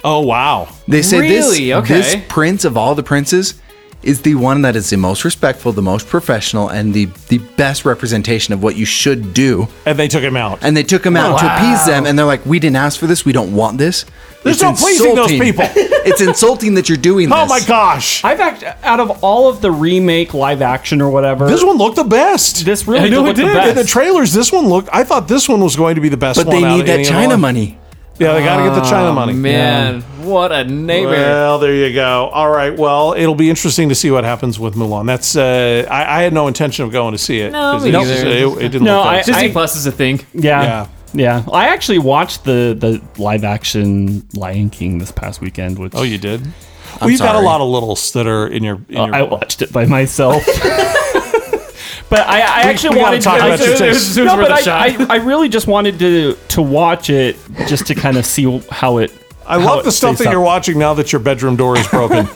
Oh wow. They say Really? this, Okay. this prince of all the princes is the one that is the most respectful, the most professional, and the, the best representation of what you should do. And they took him out. And they took him out to appease them, and they're like, "We didn't ask for this. We don't want this." There's It's no pleasing those people. it's insulting that you're doing oh this. my gosh. I've act out of all of the remake live action or whatever. This one looked the best. This really I know did it look the did. In best. the trailers, this one looked. I thought this one was going to be the best. But one they out need of that any of China them. money. Yeah, they got to get Oh, the China money. Oh, man, what a nightmare. Well, there you go. All right. Well, it'll be interesting to see what happens with Mulan. That's. Uh, I, I had no intention of going to see it. No, 'Cause me it's- neither. It, it didn't. No, look I- that Disney I- Plus is a thing. Yeah. Yeah. I actually watched the the live action Lion King this past weekend, which Oh, you did. Well, you've got a sorry. lot of littles that are in your. In your I watched it by myself. but I, I actually we gotta wanted talk I about just- your taste. it was- It was no, worth but a I, shot. I, I really just wanted to to watch it just to kind of see how it. I love the stuff that you're watching now that your bedroom door is broken.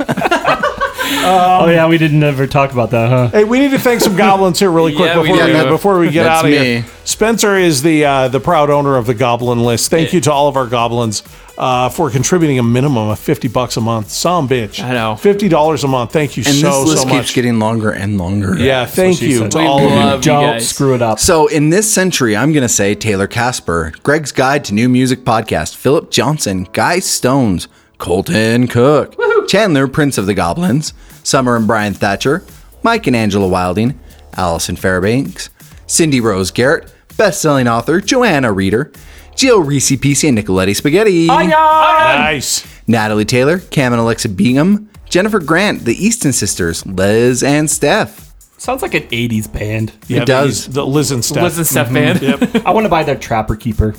Oh yeah, we didn't ever talk about that, huh? hey, we need to thank some goblins here really quick Yeah, we before, do. we, Yeah, that- before we get that's out of me. here. Spencer is the uh, the proud owner of the Goblin List. Thank you to all of our goblins uh, for contributing a minimum of fifty bucks a month. Some bitch, I know. fifty dollars a month. Thank you And so this list so keeps much. getting longer and longer. yeah, thank she you said. to We all of you. love you Don't guys. screw it up. So, in this century, I'm going to say Taylor Casper, Greg's Guide to New Music Podcast, Philip Johnson, Guy Stones, Colton Cook, Chandler, Prince of the Goblins, Summer and Brian Thatcher, Mike and Angela Wilding, Allison Fairbanks, Cindy Rose Garrett, best selling author Joanna Reeder, Jill Reese PC and Nicoletti Spaghetti. Oh, Nice. Natalie Taylor, Cam and Alexa Bingham, Jennifer Grant, the Easton sisters, Liz and Steph. Sounds like an 80s band. Yeah, It does. The, the Liz and Steph. Liz and Steph band. I want to buy that Trapper Keeper.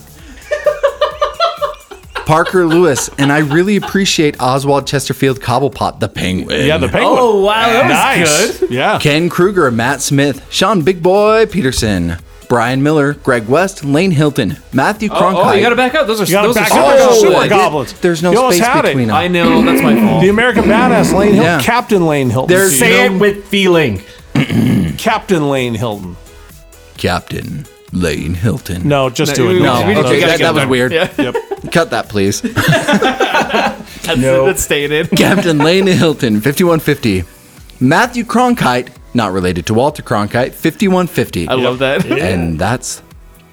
Parker Lewis, and I really appreciate Oswald Chesterfield Cobblepot, the penguin. Yeah, the penguin. Oh wow, that was nice. good. Yeah. Ken Kruger, Matt Smith, Sean Big Boy Peterson, Brian Miller, Greg West, Lane Hilton, Matthew Oh, Cronkite. you gotta back up. Those are You gotta those back are up. Those are super goblins. super it- goblins. Oh, there's no You almost space had it. between them. I know that's my fault. The American Badass Lane Hilton. Yeah. Captain Lane Hilton. There's- Say Say it with feeling. it, Captain Lane Hilton. Captain Lane Hilton. No, just do it. we- No, we just- okay, we gotta get that, that was done. weird. Yeah. Cut that, please. That's, that's stated. Captain Lane Hilton, 5150. Matthew Cronkite, not related to Walter Cronkite, 5150. I love that. And that's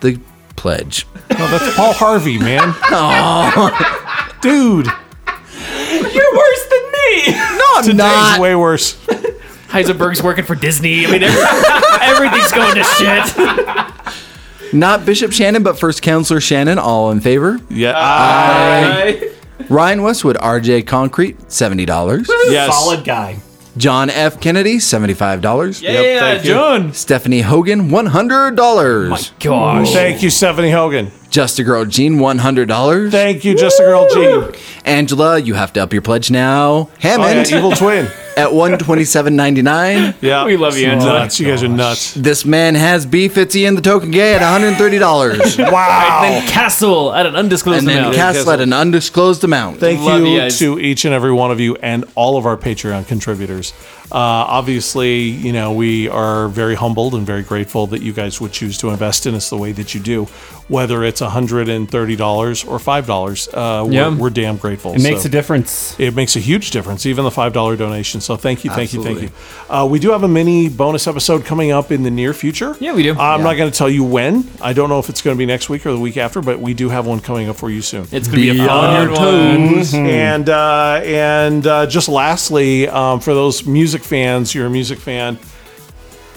the pledge. No, that's Paul Harvey, man. Dude. You're worse than me. No, I'm Today's not. way worse. Heisenberg's working for Disney. I mean, every, everything's going to shit. Not Bishop Shannon, but First Counselor Shannon. All in favor? Yeah. Ah, I- Ryan Westwood, RJ Concrete, $70. uh, yes. Solid guy. John F. Kennedy, $75. yeah, John. Stephanie Hogan, $100. Gosh. Thank you, Stephanie Hogan. Just a Girl Jean, $100. Thank you, Just a Girl Jean. Angela, you have to up your pledge now. Oh, yeah, Hammond evil twin. at 127.99. Yeah. We love you, Angela. Nuts. You guys are nuts. This man has beef. It's Ian the Token Gay at $130. Wow. And Castle at an undisclosed and then amount. Cass at an undisclosed amount. Thank Love you you guys. to each and every one of you and all of our Patreon contributors. Uh, obviously, you know, we are very humbled and very grateful that you guys would choose to invest in us the way that you do, whether it's $130 or $5. Uh, we're, Yeah. we're damn grateful. It makes So- a difference. it makes a huge difference, even the five dollar donation. So thank you, thank you, Absolutely. thank you. Uh, we do have a mini bonus episode coming up in the near future. Yeah, we do. I'm not going to tell you when. I don't know if it's going to be next week or the week after, but we do have one coming up for you soon. It's gonna be, a fun one. And uh, and uh, just lastly, um, for those music fans, you're a music fan.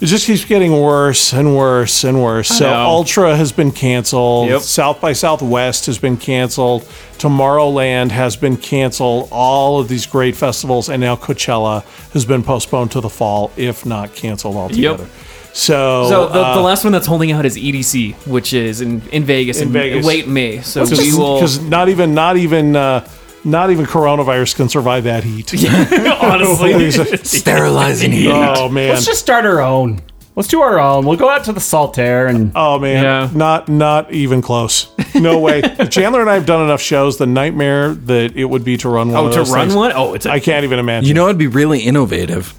It just keeps getting worse and worse and worse. So know. Ultra has been canceled. Yep. South by Southwest has been canceled. Tomorrowland has been canceled. All of these great festivals, and now Coachella has been postponed to the fall, if not canceled altogether. So, So the, uh, the last one that's holding out is EDC, which is in, in Vegas in, Vegas. late May. So we will because not even not even uh, not even coronavirus can survive that heat. honestly. Sterilizing heat. Oh man. Let's just start our own. Let's do our own. We'll go out to the Saltaire and Oh man, Yeah. not not even close. No way. Chandler and I have done enough shows. The nightmare that it would be to run one. Oh, of to those run things, one? Oh, it's a, I can't even imagine. You know, it'd be really innovative.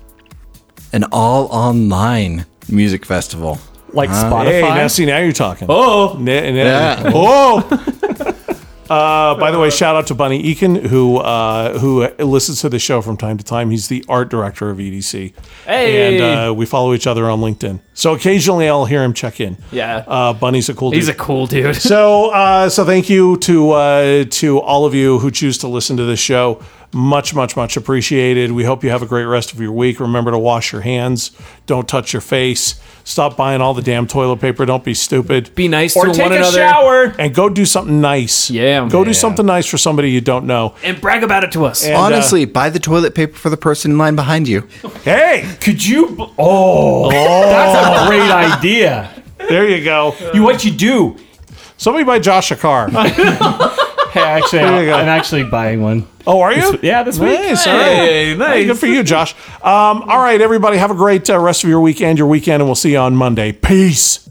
An all online music festival. like hey, Spotify. now see, now you're talking. Oh, Yeah. oh. Uh, by the way, shout out to Bunny Eakin, who uh, who listens to the show from time to time. He's the art director of EDC, Hey. and uh, we follow each other on LinkedIn. So occasionally, I'll hear him check in. Yeah. uh, Bunny's a cool. he's dude. a cool dude. So, uh, so thank you to uh, to all of you who choose to listen to this show. Much, much, much appreciated. We hope you have a great rest of your week. Remember to wash your hands. Don't touch your face. Stop buying all the damn toilet paper. Don't be stupid. Be nice or to take one a another shower. and go do something nice. Yeah. Go Yeah. do something nice for somebody you don't know. and brag about it to us. And, uh, Honestly, buy the toilet paper for the person in line behind you. hey, Could you? b- Oh, that's a great idea. there you go. You what you do? Somebody buy Josh a car. Hey, actually, There you go. I'm actually buying one. Oh, are you? Yeah, this week. Nice. all right. Hey, nice. Good for you, Josh. Um, all right, everybody, have a great uh, rest of your weekend, your weekend, and we'll see you on Monday. Peace.